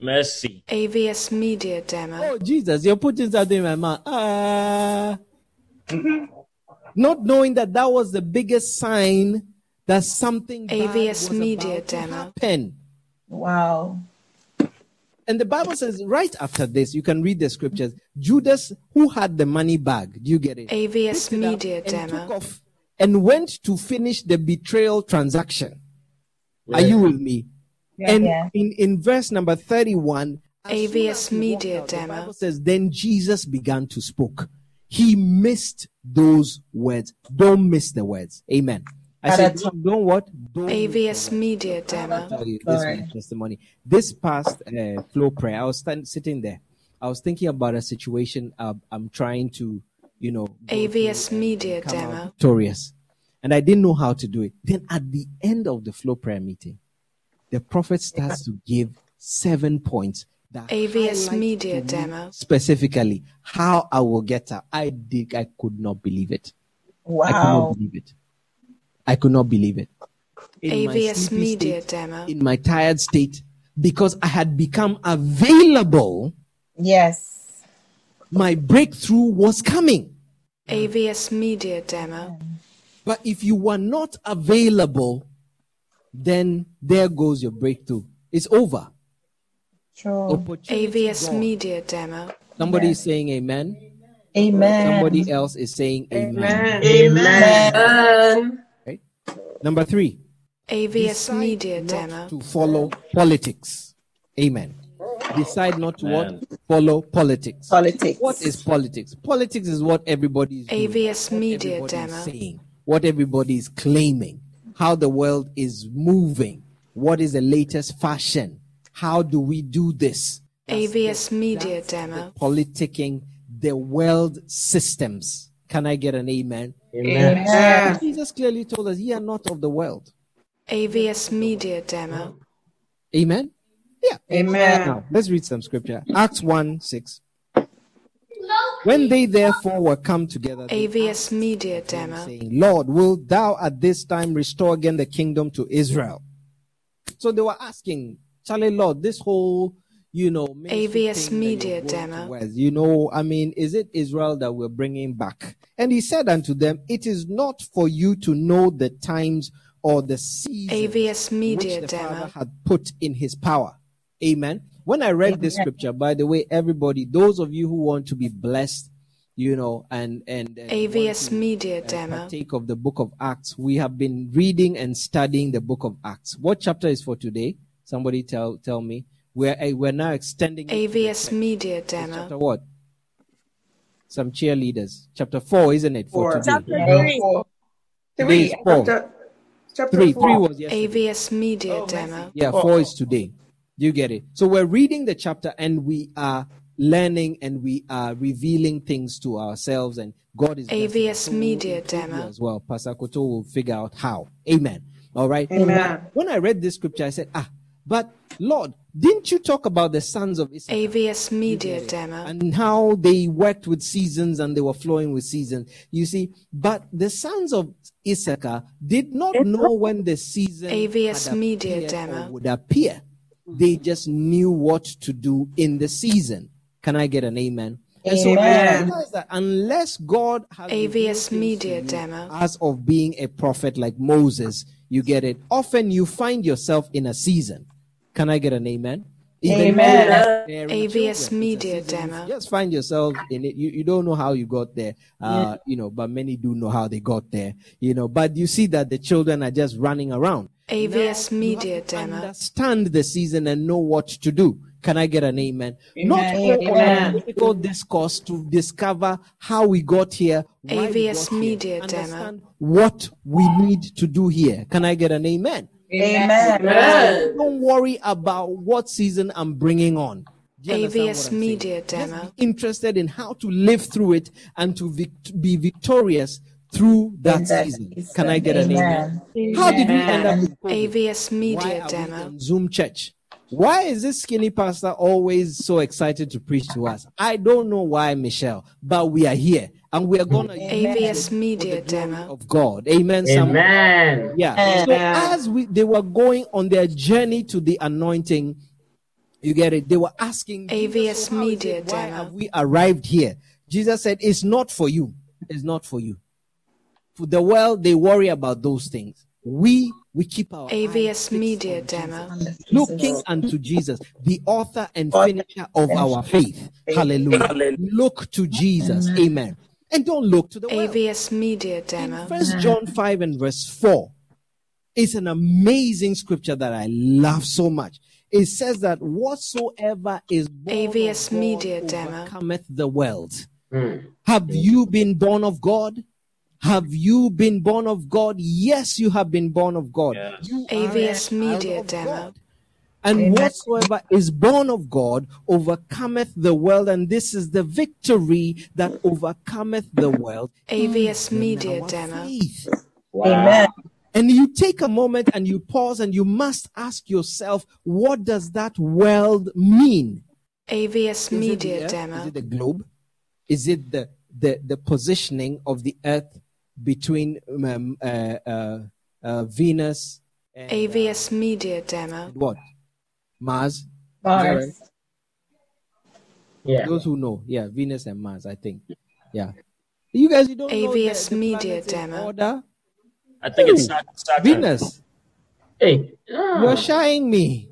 Mercy. AVS Media Demo. oh Jesus, you're putting something in my mouth. Ah, not knowing that that was the biggest sign that something bad AVS was Media about to Demo. happen. Wow. And the Bible says right after this, you can read the scriptures. Judas, who had the money bag, do you get it? AVS Picked it up Media and took Demo. off and went to finish the betrayal transaction. Are you with me? and Yeah. In, in verse number 31, as soon AVS as he walked Media out, the Demo. Bible says, Then Jesus began to spoke. He missed those words. Don't miss the words. Amen. I At said, a don't, don't what? Don't miss the AVS Media Demo. tell you this Sorry. my testimony. This past uh, flow prayer, I was stand, sitting there. I was thinking about a situation uh, I'm trying to, you know, go AVS through and- Media and come out Demo. victorious, and I didn't know how to do it. Then at the end of the flow prayer meeting, the prophet starts to give seven points. That AVS highlight Media to me Demo. specifically how I will get out. I did. I could not believe it. I could not Wow. believe it. I could not believe it. In my AVS sleepy Media state, Demo. in my tired state, because I had become available, Yes. my breakthrough was coming. AVS Media Demo. But if you are not available, then there goes your breakthrough. It's over. Oh, True. Opportunity AVS gone. Media Demo. Somebody is saying amen. Amen. Somebody else is saying amen. Amen. Amen. Number three. AVS decide Media not Demo. To follow politics. Amen. Decide not to what? Follow politics. Politics. What is politics? Politics is what everybody is doing, AVS what Media everybody is Demo. saying, what everybody is claiming, how the world is moving, what is the latest fashion, how do we do this? AVS Media The Demo. politicking, the world systems. Can I get an amen? Amen. Jesus clearly told us, "Ye are not of the world." AVS Media Demo. Amen. Yeah. Amen. Now, let's read some scripture. Acts 1 6. When they therefore were come together, they AVS Media him, Demo. saying, Lord, wilt thou at this time restore again the kingdom to Israel? So they were asking, Charlie, Lord, this whole, you know, ministry AVS thing that you're Media going Demo. towards, you know, I mean, is it Israel that we're bringing back? And he said unto them, It is not for you to know the times or the seasons AVS Media which the Father Demo. had put in his power. Amen. When I read this scripture, by the way, everybody, those of you who want to be blessed, you know, and and, and want AVS to, Media uh, Demo. partake of the book of Acts. We have been reading and studying the book of Acts. What chapter is for today? Somebody tell tell me. We're eh, we're now extending it to the AVS text. Media It's Chapter Demo. what? Some cheerleaders. Chapter four, isn't it? Four. For today. Chapter three. Today is Three. four. Chapter, chapter Three. Three four. was yesterday. AVS Media Oh, Demo. Yeah, Four. four is today. You get it. So we're reading the chapter and we are learning and we are revealing things to ourselves and God is blessing us. AVS we'll Media improve you Demo. as well. Pastor Koto will figure out how. Amen. All right. Amen. When I read this scripture, I said, Ah, but Lord, didn't you talk about the sons of Israel? AVS Media it. Demo. and how they worked with seasons and they were flowing with seasons. You see, but the sons of Issachar did not know when the season AVS had Media appeared Demo. or would appear. They just knew what to do in the season. Can I get an amen? And so I Amen. realize that unless God has AVS revealed things to Media you Demo. as of being a prophet like Moses, you get it. Often you find yourself in a season. Can I get an amen? Even if Amen. you are bearing AVS children, it's a Media season. Demo. Just find yourself in it. You, you don't know how you got there, uh, you know, but many do know how they got there, you know. But you see that the children are just running around. AVS Now, you have Media to Demo. Understand the season and know what to do. Can I get an amen? Not Amen. go on a Amen. political discourse to discover how we got here. why we AVS got here. Media Demo. Understand what we need to do here. Can I get an amen? Amen. Amen. Don't worry about what season I'm bringing on. Do you understand AVS what I'm Media saying? Demo. Just be interested in how to live through it and to vic- be victorious through that, In that season. season. Can I get an amen? How did we end up with COVID? AVS Why Media are we Demo. on Zoom church? Why is this skinny pastor always so excited to preach to us? I don't know why, Michelle, but we are here and we are gonna use AVS Mm. Media the glory Demo. of God. Amen. someone. Amen. Yeah. So as we they were going on their journey to the anointing, you get it. They were asking Jesus, AVS "So how is Media it? Why Demo. have we arrived here? Jesus said, "It's not for you. It's not for you. For the world, they worry about those things. We we keep our eyes AVS fixed Media on Demo. looking unto Jesus, the author and Author finisher of and our faith. Hallelujah. Hallelujah. Look to Jesus. Amen. And don't look to the world. AVS Media In Demo. First John 5 and verse 4, it's an amazing scripture that I love so much. It says that whatsoever is born AVS of God Media Demo. overcometh the world. Mm. Have you been born of God? Have you been born of God? Yes, you have been born of God. Yes. You are a AVS Media child of Demo. God. And Amen. whatsoever is born of God overcometh the world, and this is the victory that overcometh the world. AVS even Media our Demo. faith. Amen. And you take a moment and you pause and you must ask yourself, what does that world mean? AVS Is it Media the earth? Is Demo. it the globe? Is it the, the, the positioning of the earth between um, uh, uh, uh, Venus and uh, AVS Media Demo. what? Mars. Mars. Yeah. Those who know, yeah, Venus and Mars, I think. Yeah. You guys, you don't know the- AVS the Media planets in Demo. Order? I think it's Sat- Saturn. Venus, Hey, ah, you're shying me.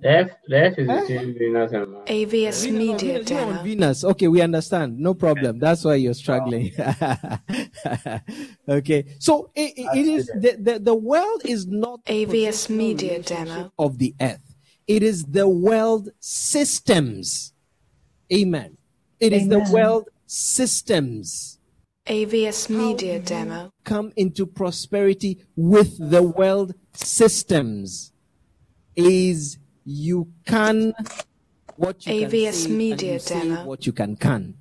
the F, the F is Huh? between Venus and Mars. AVS Venus, oh, Media Venus, you're on Demo. Venus. Okay, we understand. No problem. That's why you're struggling. okay. So i- i- it is the, the, the world is not the AVS positional Media relationship Demo. of the earth. It is the world systems. Amen. It is the Amen. world systems. AVS How Media you Demo. Come into prosperity with the world systems. Is you can what you can AVS say Media and you say Demo. what you can can.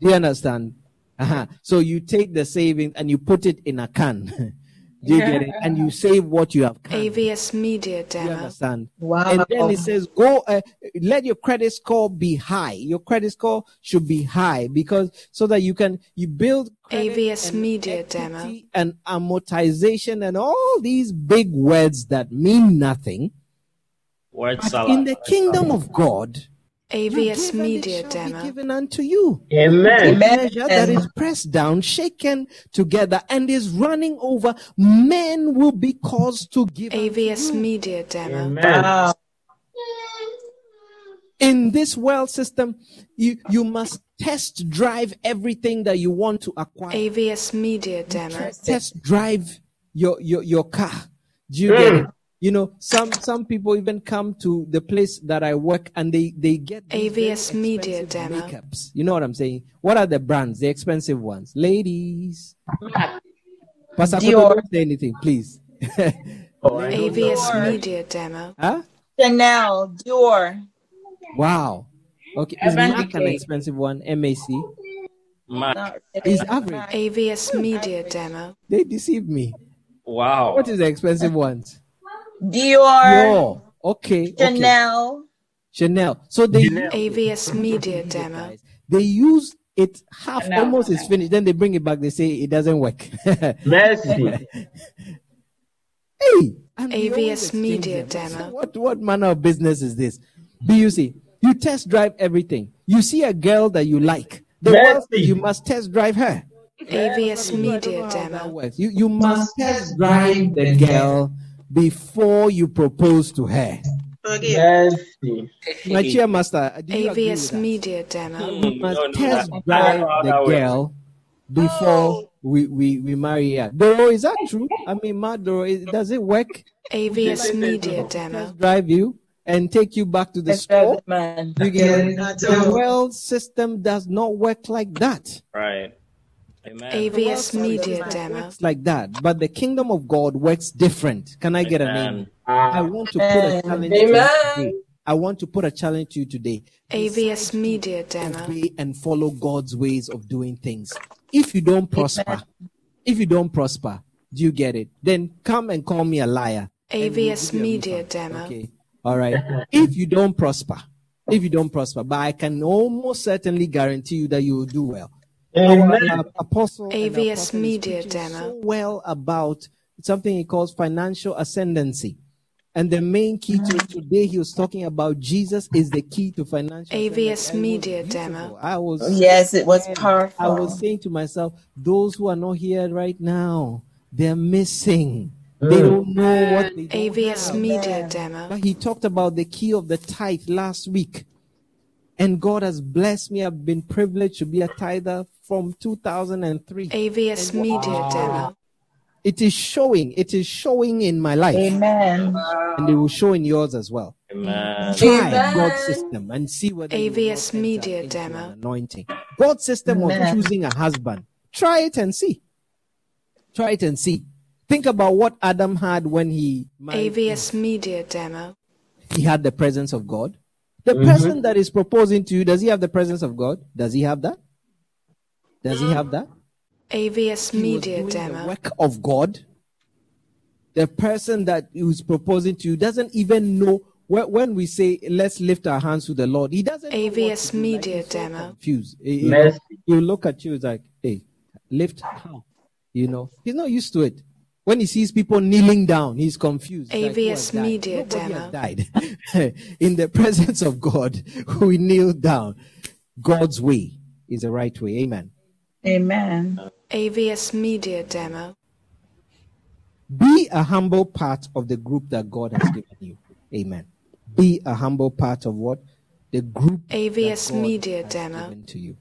Do you understand? Uh-huh. So you take the savings and you put it in a can. Do you get it? And you save what you have can. AVS Media Do you Demo. understand? Wow. Uh, And then um, it says, go, uh, let your credit score be high. Your credit score should be high because so that you can, you build credit AVS and Media equity Demo. and amortization and all these big words that mean nothing. Word But salad. in the kingdom of God, you AVS give and it Media shall be Demo. given unto you. Amen. Amen. Measure that is pressed down, shaken together, and is running over, men will be caused to give. unto AVS you. Media Demo. Amen. Wow. in this world system, you, you must test drive everything that you want to acquire. AVS Media Demo. Test drive your, your, your car. Do you get it? You know, some, some people even come to the place that I work and they, they get these very AVS Media expensive Demo. makeups. You know what I'm saying? What are the brands, the expensive ones? Ladies. Pastor Koto, Dior. don't say anything, please. Oh, I don't know. AVS Media Demo. huh? Chanel, Dior, Wow. Okay. Is Urban Mac an Decay. expensive one? MAC? not Mark. Ah, It's really. average. Not- AVS Media Demo. They deceived me. Wow. What is the expensive ones? Dior, Dior. Okay. okay. Chanel. Chanel. So they Chanel. AVS Media Demo. guys, they use it half, Chanel. almost it's finished. Then they bring it back. They say it doesn't work. hey, Mercy. and AVS we always exchange Media them. I say, demo. What what manner of business is this? BUC. You test drive everything. You see a girl that you like. The Mercy. world says you must test drive her. AVS You know, I don't know Media how that Demo. works. You you must test drive the girl before you propose to her. Mercy. My chairmaster, do you agree with AVS that? Media Demo. Hmm, We must no, no, test no. drive No, the no, no. girl before we, we, we marry her. Doro, is that true? I mean, Mad Doro, is, does it work? AVS Media Demo. Test drive you and take you back to the Let's drive store? it, man. You get it? The world system does not work like that. Right. Amen. AVS Media Media Demo. It's like that. But the kingdom of God works different. Can I get an Amen. amen? I Ah, want to put a Amen. challenge to you Amen. today. I want to put a challenge to you today. AVS Media Demo. obey and follow God's ways of doing things. If you don't prosper, if you don't prosper, do you get it? Then come and call me a liar. and we'll AVS give you a Media refund. Demo. Okay. All right. if you don't prosper, if you don't prosper, but I can almost certainly guarantee you that you will do well. Amen. Our apostle and AVS apostle is Media preaching Demo. so well about something he calls financial ascendancy. And the main key to Mm. it today, he was talking about Jesus is the key to financial AVS ascendancy. And it was Media beautiful. Demo. I was Oh, Yes, it was I powerful. was saying to myself, those who are not here right now, they're missing. They don't know what they don't AVS have. Media Demo. But he talked about the key of the tithe last week. And God has blessed me. I've been privileged to be a tither from 2003. AVS Media Demo. It is showing. It is showing in my life. Amen. And it will show in yours as well. Amen. try Amen. God's system and see whether you will AVS not enter Media into an Demo. anointing. God's system of Amen. choosing a husband. Try it and see. Try it and see. Think about what Adam had when he married. AVS Media Demo. He had the presence of God. The person that is proposing to you, does he have the presence of God? Does he have that? Does he have that? AVS He was Media doing The Demo. work of God. The person that is proposing to you doesn't even know. When, when we say let's lift our hands to the Lord, he doesn't. know what to AVS do, Media he's so Demo. Confused. He, he- Mercy. he will look at you it's like, hey, lift how? You know, he's not used to it. When he sees people kneeling down, he's confused. He's like, who AVS has died? Media Nobody Demo. has died. In the presence of God, we kneel down. God's way is the right way. Amen. Amen. AVS Media Demo. Be a humble part of the group that God has given you. Amen. Be a humble part of what? The group AVS that God Media has Demo. given to you.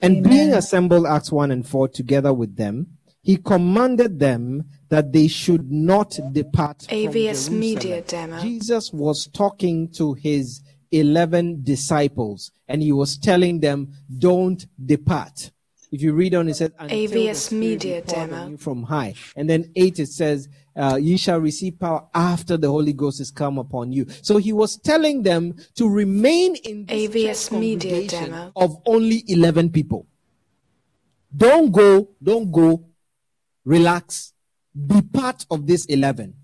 And being assembled, Acts 1 and 4, together with them, he commanded them that they should not depart AVS from Jerusalem. Media Demo. Jesus was talking to his 11 disciples and he was telling them, don't depart. If you read on, it says, "Until the AVS Spirit Media be poured on Demo. you From high. And then 8, it says, uh, you shall receive power after the Holy Ghost is come upon you. So he was telling them to remain in this AVS church Media congregation Demo. of only 11 people. Don't go, don't go, relax, be part of this 11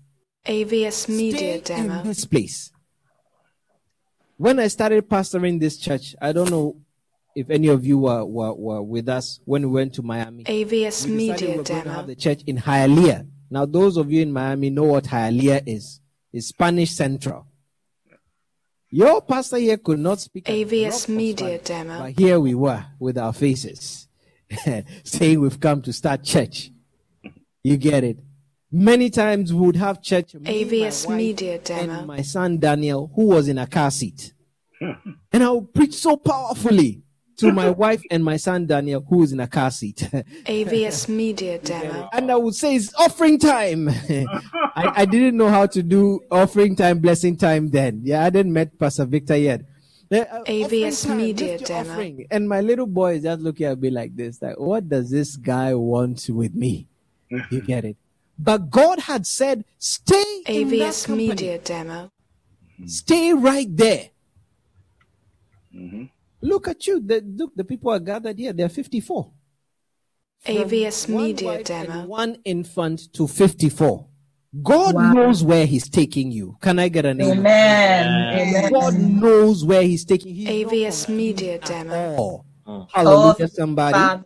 AVS Media stay in Demo. this place. When I started pastoring this church, I don't know if any of you were, were, were with us when we went to Miami. AVS We decided we Media were going to have Demo. the church in Hialeah. Now, those of you in Miami know what Hialeah is. It's Spanish Central. Your pastor here could not speak a AVS drop of Media Spanish, Demo. But here we were with our faces, saying we've come to start church. You get it. Many times we would have church. me, my AVS wife, Media And Demo. my son Daniel, who was in a car seat, and I would preach so powerfully to my wife and my son Daniel, who was in a car seat. AVS Media Demo. and I would say it's offering time. I, I didn't know how to do offering time, blessing time then. Yeah, I didn't met Pastor Victor yet. The, uh, AVS offering time, Media lift your Demo. offering. And my little boy is just looking at me like this, like, what does this guy want with me? You get it. But God had said, stay in that AVS company. Media Demo. Stay right there. Look at you. The, look, the people are gathered here. They're 54. From AVS one Media wife and Demo. One infant to 54. God Wow. knows where He's taking you. Can I get an amen? Amen. God Amen. knows where He's taking you. AVS Media Demo. Oh, Mm. hallelujah, Oh, somebody. Father.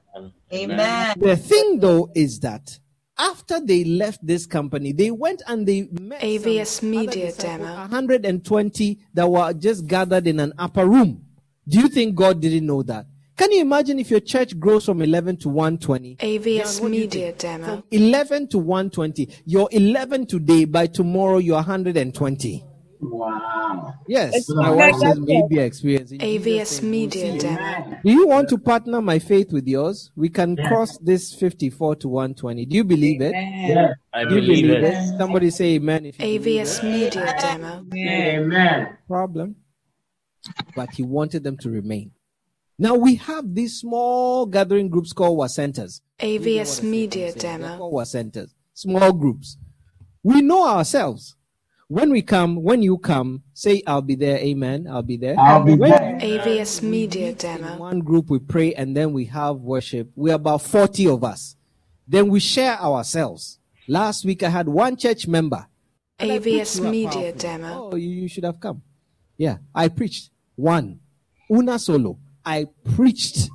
Amen. Amen. The thing though is that after they left this company, they went and they met some AVS other Media disciples, Demo. 120 that were just gathered in an upper room. Do you think God didn't know that? Can you imagine if your church grows from 11 to 120? AVS Jan, what do you Media think? Demo. From 11 to 120. You're 11 today. By tomorrow, you're 120. Wow. Yes. It's My not wife like says maybe experience. In Jesus' AVS name, we'll Media see. Demo. Do you want to partner my faith with yours? We can Yeah. cross this 54 to 120. Do you believe it? Yeah. I Do you believe it. Somebody say amen if you believe it. AVS Media Demo. Amen. problem. But he wanted them to remain. Now we have these small gathering groups called wasentas. AVS Media They're Demo. called wasentas. Small groups. We know ourselves. When we come, when you come, say, I'll be there, amen, I'll be there. I'll be When back. AVS Media in Demo. one group we pray and then we have worship we're about 40 of us then we share ourselves last week i had one church member and I preached AVS to her Media powerfully. Demo. oh you, you should have come yeah i preached one una solo i preached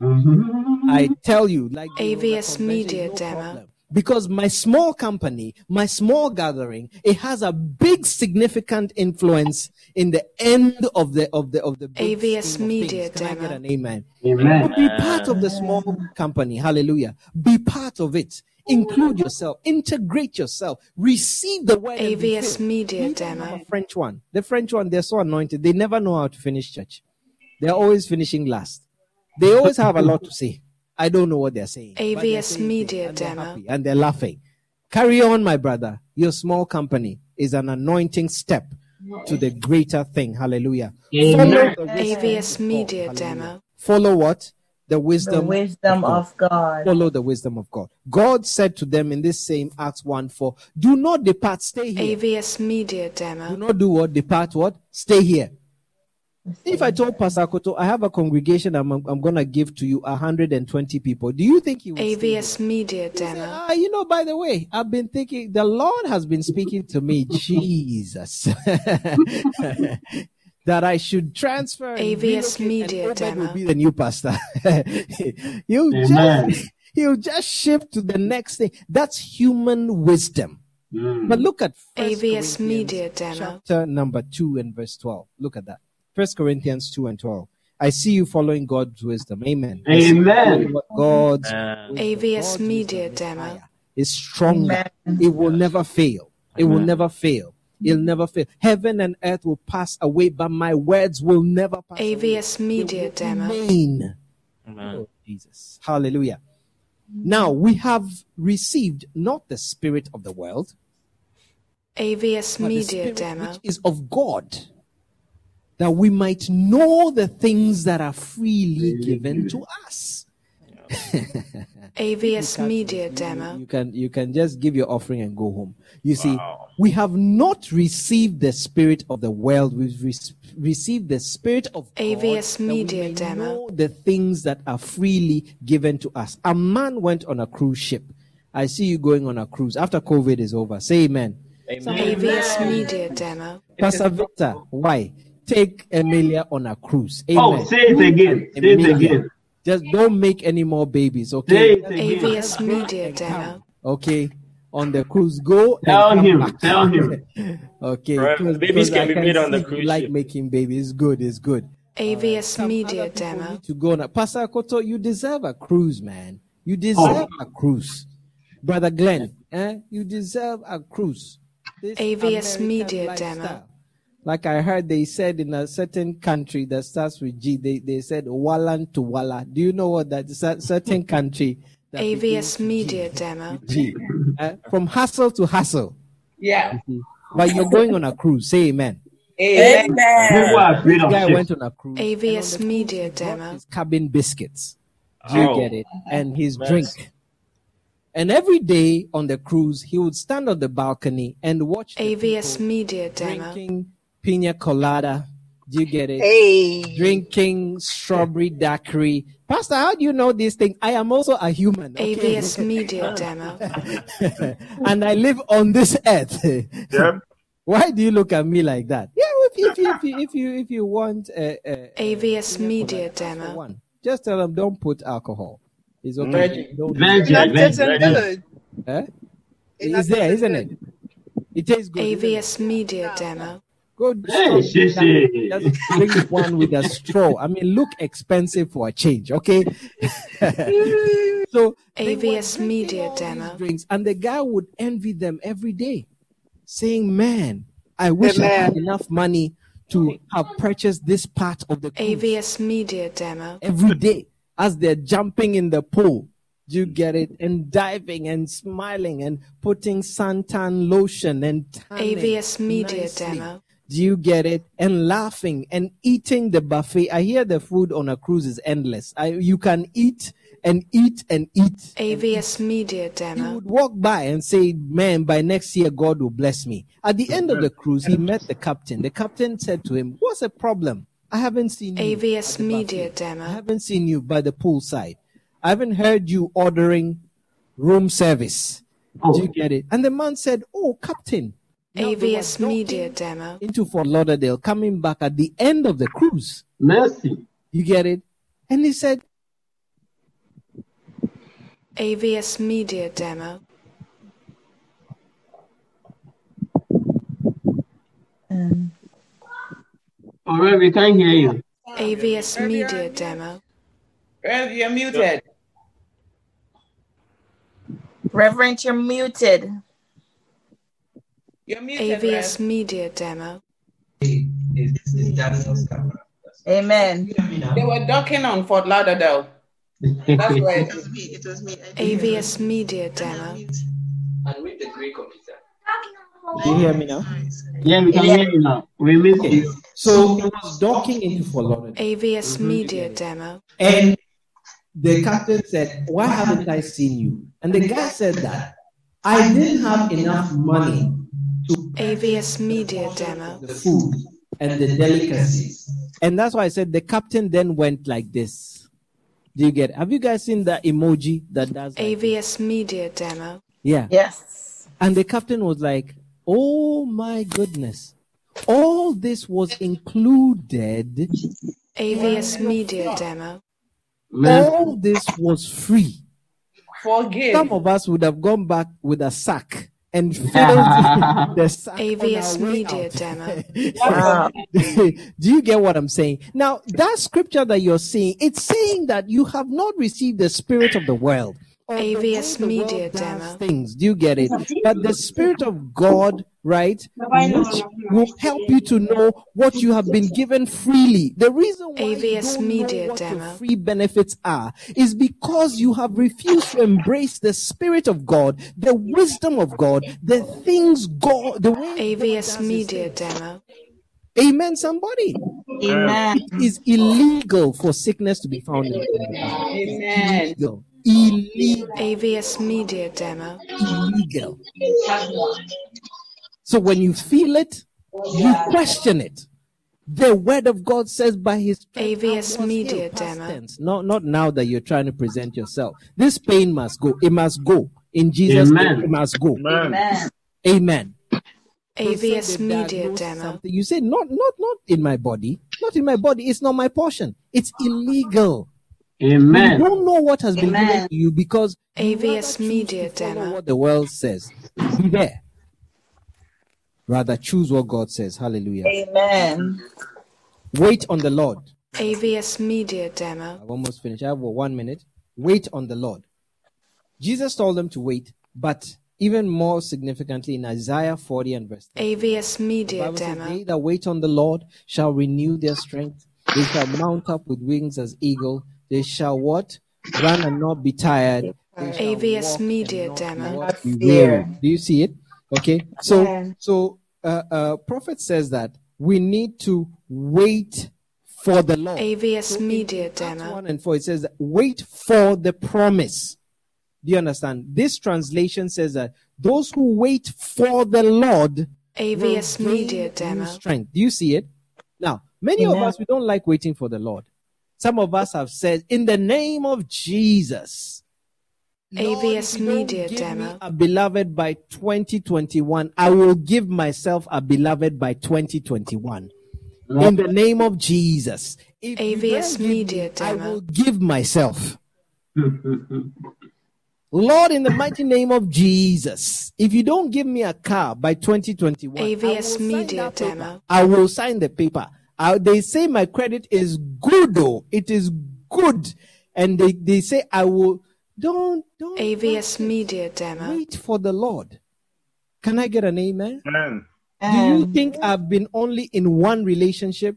Mm-hmm. i tell you like you know, the AVS convention is Media no Demo. problem. because my small company my small gathering it has a big significant influence in the end of the of the of the big AVS scheme of Media things. Can I get Demo. an amen Amen. be part of the small company. Hallelujah. Be part of it. Include yourself. Integrate yourself. Receive the word. and be AVS filled. Media Even Demo. The French one. The French one, they're so anointed. They never know how to finish church. They're always finishing last. They always have a lot to say. I don't know what they're saying. but they're AVS saying things, Media and they're Demo. happy, and they're laughing. Carry on, my brother. Your small company is an anointing step to the greater thing. Hallelujah. Amen. Follow the wisdom of AVS God. Media Hallelujah. Demo. Follow what? The wisdom, The wisdom God of God. follow the wisdom of God. God said to them in this same Acts 1 4, do not depart, stay here. AVS Media Do Demo. not do what? Depart what? Stay here. If I told Pastor Koto, I have a congregation I'm, I'm going to give to you 120 people, do you think he would stay here? AVS Media He said, Demo. "Ah, you know, by the way, I've been thinking, the Lord has been speaking to me, Jesus, that I should transfer. and AVS relocate and Media Obed Demo. will be the new pastor. you Amen. just, He'll just shift to the next thing. That's human wisdom. Hmm. But look at AVS Media Demo. chapter number 2 and verse 12. Look at that. First Corinthians 2 and 12. I see you following God's wisdom. Amen. I see you Amen. following what God's Amen. AVS wisdom Media is Demo. higher, is stronger. Amen. It will never fail. It will Amen. never fail. It'll never fail. Heaven and earth will pass away, but my words will never pass away. AVS Media They will Demo. remain. Amen. Oh, Jesus. Hallelujah. Now we have received not the spirit of the world, AVS but the Media Spirit Demo. which is of God, that we might know the things that are freely given to us. AVS Media You Demo. can you can just give your offering and go home. You see, Wow. we have not received the spirit of the world. We've re- received the spirit of God, AVS that we Media may Demo. know the things that are freely given to us. A man went on a cruise ship. I see you going on a cruise after COVID is over. Say amen. AVS Media Demo. Pastor Victor, why? Take Emilia on a cruise. Amen. Oh, say it again. Say it Emilia, again. Just don't make any more babies, Say okay? it again. AVS Media Demo. Okay. On the cruise, go and Tell come him, back. tell him. okay. Right, because- babies because can I be made on see the cruise You like ship. making babies. It's good. It's good. AVS Some Media other people Demo. need To go on a, Pastor Akoto, you deserve a cruise, man. You deserve a cruise, brother Glenn. Eh? You deserve a cruise. This AVS American Media lifestyle. Demo. Like I heard, they said in a certain country that starts with G, they, they said Wallan to Walla. Do you know what that is? A certain country. That begins AVS with Media Demo. G. Eh? From hustle to hustle. Yeah. But you're going on a cruise. Say amen. Amen. People are afraid This of guy shit. went on a cruise. and on the AVS cruise Media he brought Demo. his cabin biscuits. Do you Oh, get it? And his Yes. drink. And every day on the cruise, he would stand on the balcony and watch the AVS Media people Demo. drinking pina colada. Do you get it? Hey. Drinking strawberry daiquiri. Pastor, how do you know these things? I am also a human. okay? AVS Media Demo. and I live on this earth. Why do you look at me like that? Yeah, if, if, you- if, you, if you if you want uh, uh, AVS Media for Demo. one, just tell them don't put alcohol. It's okay. Virgin. Don't- Virgin, That tastes virgin. good. Eh? It It's doesn't there, taste isn't good. it? It tastes good. isn't it? AVS Media Demo. Go Hey, stop she, that. she. Just drink one with a straw. I mean, look expensive for a change, okay? so they were AVS drinking Media all these Demo. drinks, and the guy would envy them every day, saying, "Man, I wish I had enough money to have purchased this part of the cruise." AVS Media Demo. every day as they're jumping in the pool. Do you get it? And diving and smiling and putting suntan lotion and tanning AVS Media nicely. Demo. Do you get it? And laughing and eating the buffet. I hear the food on a cruise is endless. I, you can eat and eat and eat. AVS Media He Demo. would walk by and say, Man, by next year, God will bless me. At the end of the cruise, he met the captain. The captain said to him, What's the problem? I haven't seen you. AVS at the Media buffet. I Demo. haven't seen you by the poolside. I haven't heard you ordering room service. Do you Oh, get it? And the man said, Oh, Captain. Now they were AVS Media docking Demo. Into Fort Lauderdale, coming back at the end of the cruise. mercy. You get it? And he said, AVS Media Demo. Amen. All right, we can't hear you. AVS Media Demo. Rev, you're muted. Reverend, you're muted. You're muted, AVS Rev. Media Demo. Amen. They were docking on Fort Lauderdale. That's where AVS Media Demo. Do you hear me now? yeah, we can hear you now. We miss Okay. you. So he was docking into Fort Lauderdale. AVS Media Demo. And the captain said, Why haven't I seen you? And the guy said that I didn't have enough money to AVS Media Demo. the food and the delicacies. And that's why I said the captain then went like this. Do you get have you guys seen that emoji that does like this? AVS Media Demo. yeah. Yes. And the captain was like, Oh my goodness. All this was included. AVS Media Demo. Mercy. All this was free. Forgive. Some of us would have gone back with a sack and filled the sack. on AVS our way Media out. Demo. Wow. Do you get what I'm saying? Now, that scripture that you're seeing, it's saying that you have not received the spirit of the world. Or the AVS way the Media world does Demo. Things. Do you get it? But the spirit of God, right, which will help you to know what you have been given freely. The reason why AVS you don't Media know what your Demo. free benefits are is because you have refused to embrace the spirit of God, the wisdom of God, the things God, the way God does AVS his Media things. Demo. Amen. Somebody, Amen. it is illegal for sickness to be found in the body. Amen. Illegal. Illegal. AVS Media Demo. Illegal. So when you feel it, you question it. The word of God says by his stripes I AVS was Media healed," past demo. tense. No, not now that you're trying to present yourself. This pain must go. It must go. In Jesus' name, Amen. it must go. Amen. Amen. AVS So they Media diagnose Demo. something. You say, not, not, not in my body. Not in my body. It's not my portion. It's illegal. You Amen. don't know what has been Amen. given to you because you AVS rather choose to Media follow Demo. What the world says, be there. Rather choose what God says. Hallelujah. Amen. Wait on the Lord. AVS Media Demo. I've almost finished. I have one minute. Wait on the Lord. Jesus told them to wait, but even more significantly in Isaiah 40 and verse 3. AVS The Media Bible says, Demo. They that wait on the Lord shall renew their strength. They shall mount up with wings as eagle. They shall what? Run and not be tired. They shall AVS walk and Media not Demo. what? Be Not fear. weary. Do you see it? Okay. So Amen. so uh, uh, prophet says that we need to wait for the Lord. AVS in- Media in Acts Demo. One and four. It says, that, "Wait for the promise." Do you understand? This translation says that those who wait for the Lord will AVS gain Media new Demo. Strength. Do you see it? Now, many of Amen. us we don't like waiting for the Lord. Some of us have said, "In the name of Jesus." Lord, AVS if you don't Media give Me Demo. a beloved by 2021. I will give myself a beloved by 2021 in the name of Jesus. If you AVS don't give Media me, I Demo. will give myself. Lord, in the mighty name of Jesus, if you don't give me a car by 2021, I will AVS sign Media that paper. Demo. I will sign the paper. I- they say my credit is good, oh, it is good, and they, they say I will. Don't don't AVS wait, Media Demo. wait for the Lord. Can I get an amen? Do you Amen. think I've been only in one relationship?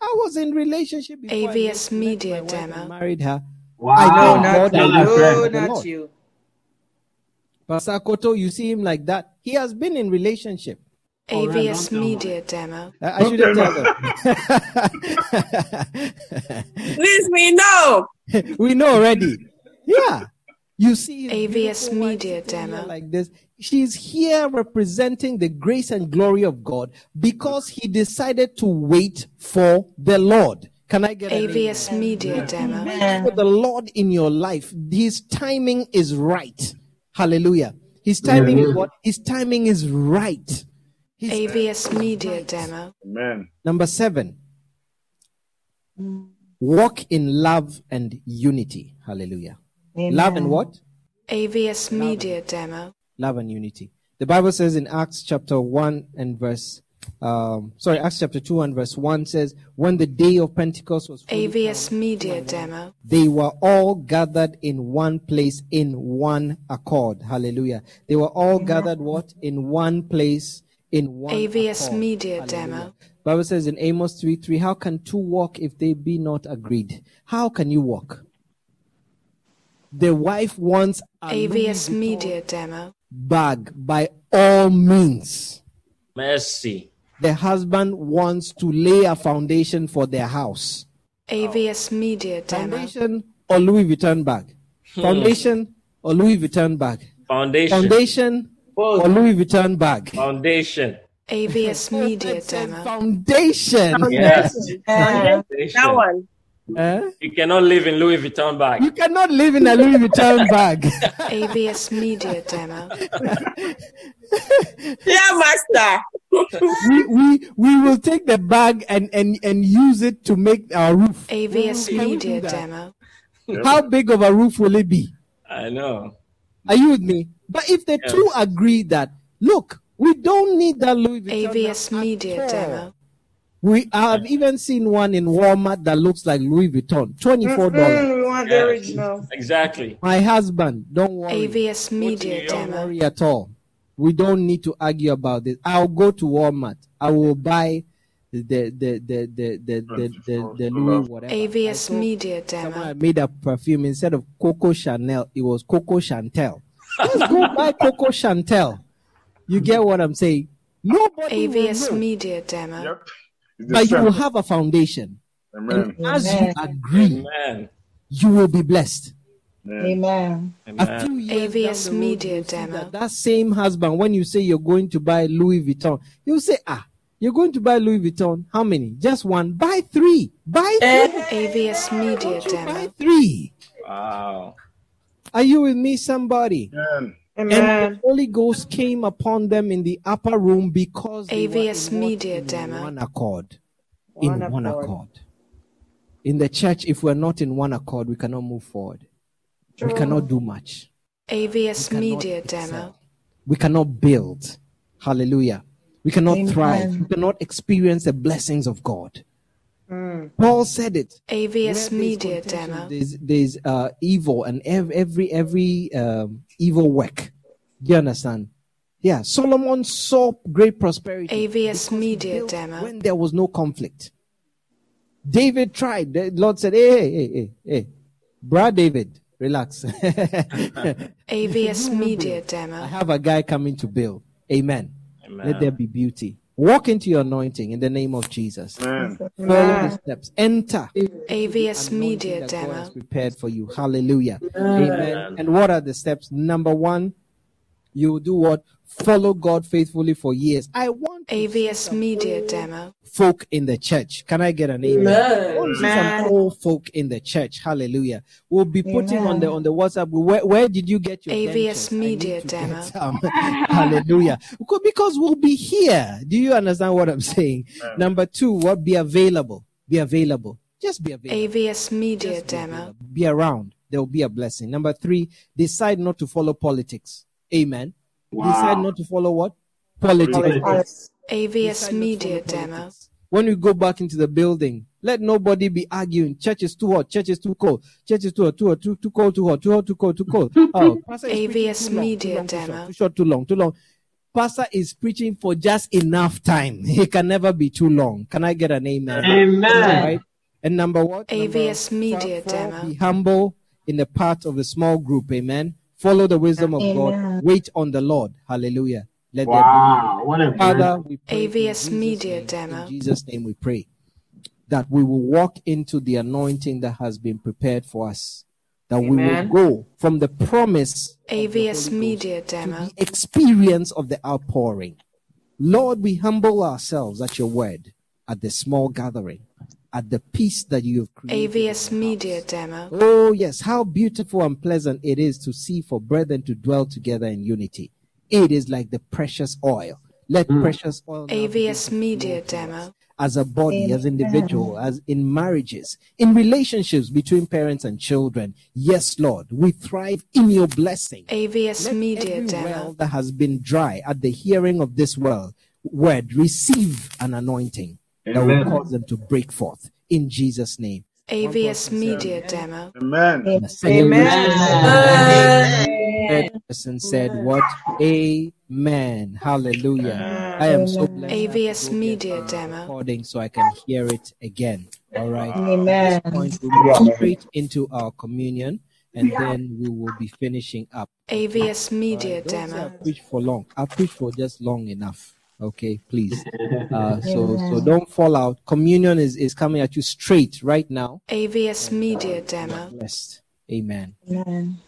I was in relationship before I AVS met- met Media my wife and Demo. married her. Wow. I know Tell not us, you. friend. No, Thank the Oh, not Lord. you. Pastor Koto, you see him like that. He has been in relationship. All right, AVS don't tell Media Demo. I, I shouldn't tell them. Please, we know. we know already. Yeah. You see his AVS beautiful wife Media sitting here Demo. like this. She's here representing the grace and glory of God because he decided to wait for the Lord. Can I get an amen? AVS Media Demo. for the Lord in your life. His timing is right. Hallelujah. His timing is what? His timing is right. His AVS Media Demo. number seven. Walk in love and unity. Hallelujah. Love and what? AVS Media Demo. Love and unity. The Bible says in Acts chapter 1 and verse, um, sorry, Acts chapter 2 and verse 1 says, When the day of Pentecost was fully AVS Media Demo. They were all gathered in one place in one accord. Hallelujah. They were all gathered what? In one place in one AVS accord. Media Hallelujah. Demo. Bible says in Amos 3 3, how can two walk if they be not agreed? How can you walk? The wife wants a AVS Louis Media Demo. Vuitton bag by all means. Mercy. The husband wants to lay a foundation for their house. AVS Media Demo. Foundation or Louis Vuitton bag? Foundation or Louis Vuitton bag? Foundation. Foundation Both. or Louis Vuitton bag? Foundation. AVS Media It said Demo. Foundation. Yes. Amen. That Foundation. one. Eh? You cannot live in Louis Vuitton You bag. cannot live in a Louis Vuitton bag. AVS Media Demo. Yeah, Master. we, we, we will take the bag and, and, and use it to make our roof. AVS Can we do Media that? Demo. How big of a roof will it be? I know. Are you with me? But if the Yes. two agree that, look, we don't need that Louis Vuitton AVS bag at Media all. Demo. We have even seen one in Walmart that looks like Louis Vuitton, twenty-four dollars. Mm-hmm. Mm, we want Yeah. the original. Exactly. My husband, don't worry, AVS Media Don't don't Demo. worry at all. We don't need to argue about this. I'll go to Walmart. I will buy the the the the the the the, the, the Louis whatever. AVS Media Someone Demo. had made a perfume instead of Coco Chanel, it was Coco Chantel. Let's go buy Coco Chantel. You get what I'm saying? Nobody will AVS know, Media Demo. Yep. It's the but you same. will have a foundation. Amen. As you Amen. agree, Amen. you will be blessed. Amen. Amen. A Amen. few years AVS down the road, Media you'll see Demo. That, that same husband, when you say you're going to buy Louis Vuitton, you say, ah, you're going to buy Louis Vuitton. How many? Just one. Buy three. Buy three. AVS Media Don't you buy Eh. Demo. three. Wow. Are you with me, somebody? Amen. And the Amen. Holy Ghost came upon them in the upper room because they were AVS in what? Media in Demo. One accord. In one One accord. accord. In the church, if we're not in one accord, we cannot move forward. We cannot do much. AVS We cannot Media excel. Demo. We cannot build. Hallelujah. We cannot Amen. thrive. We cannot experience the blessings of God. Paul said it. AVS Where there's Media contention, Demo. There's, there's uh, evil and ev- every every um, evil work. You understand? Yeah. Solomon saw great prosperity. AVS because he Media built Demo. When there was no conflict, David tried. The Lord said, "Hey, hey, hey, hey, hey, Brad David, relax. AVS Media I Demo. have a guy coming to build. Amen. Let there Amen. be beauty. Walk into your anointing in the name of Jesus. Amen. Follow the steps. Enter." AVS anointing Media that God has Demo. prepared for you. Hallelujah. Amen. And what are the steps? Number one, you will do what? Follow God faithfully for years. I want to see AVS Media Demo. folk in the church. Can I get an amen? I want to see some Amen. old folk in the church. Hallelujah. We'll be putting on Amen. the on the WhatsApp. Where, where did you get your AVS dentures? I need Media to get Demo. some. Hallelujah. Because- Because we'll be here. Do you understand what I'm saying? Number two, what be available. Be available. Just be available AVS Media just be Demo. available. Be around. There will be a blessing. Number three, decide not to follow politics. Amen. Wow. Decide not to follow what? Politics. AVS Decide not to Media follow Demo. politics. When we go back into the building, let nobody be arguing. Church is too hot. Church is too cold. Church is too hot. Too hot. Too, too cold. Too hot. Too hot. Too cold. Too cold. Oh, pastor is preaching AVS too long, Media too long, too short, Demo. Too short. Too long. Too long. Pastor is preaching for just enough time. It can never be too long. Can I get an amen? Amen. Right. And number what? Number AVS Media four, Demo. Be humble in the path of a small group. Amen. Follow the wisdom of Amen. God. Wait on the Lord. Hallelujah. Let there be Wow. What a Father, blessing. we pray in AVS Jesus' Media name, Demo. In Jesus' name we pray that we will walk into the anointing that has been prepared for us. That Amen. we will go from the promise AVS Media to Demo. the experience of the outpouring. Lord, we humble ourselves at your word, at the small gathering, at the peace that you have created. in AVS our Media house. Demo. Oh, yes. How beautiful and pleasant it is to see for brethren to dwell together in unity. It is like the precious oil. Let precious oil now begin AVS to flow Media through us Demo. as a body, as individual, as in marriages, in relationships between parents and children. Yes, Lord, we thrive in your blessing. AVS Let Media every well Demo. that has been dry at the hearing of this world word receive an anointing that Amen. will cause them to break forth in Jesus' name. AVS Media Demo. Amen. And the second third person said what? Amen. Hallelujah. I am so blessed. I have to AVS go get Media the Demo. Recording so I can hear it again. All right. Amen. At this point, we will go straight into our communion and then we will be finishing up. AVS Media Don't say I Demo. preach for long. I preach for just long enough. Okay, please. Uh, so so don't fall out. Communion is, is coming at you straight right now. AVS Media Demo. Blessed. Amen. Amen.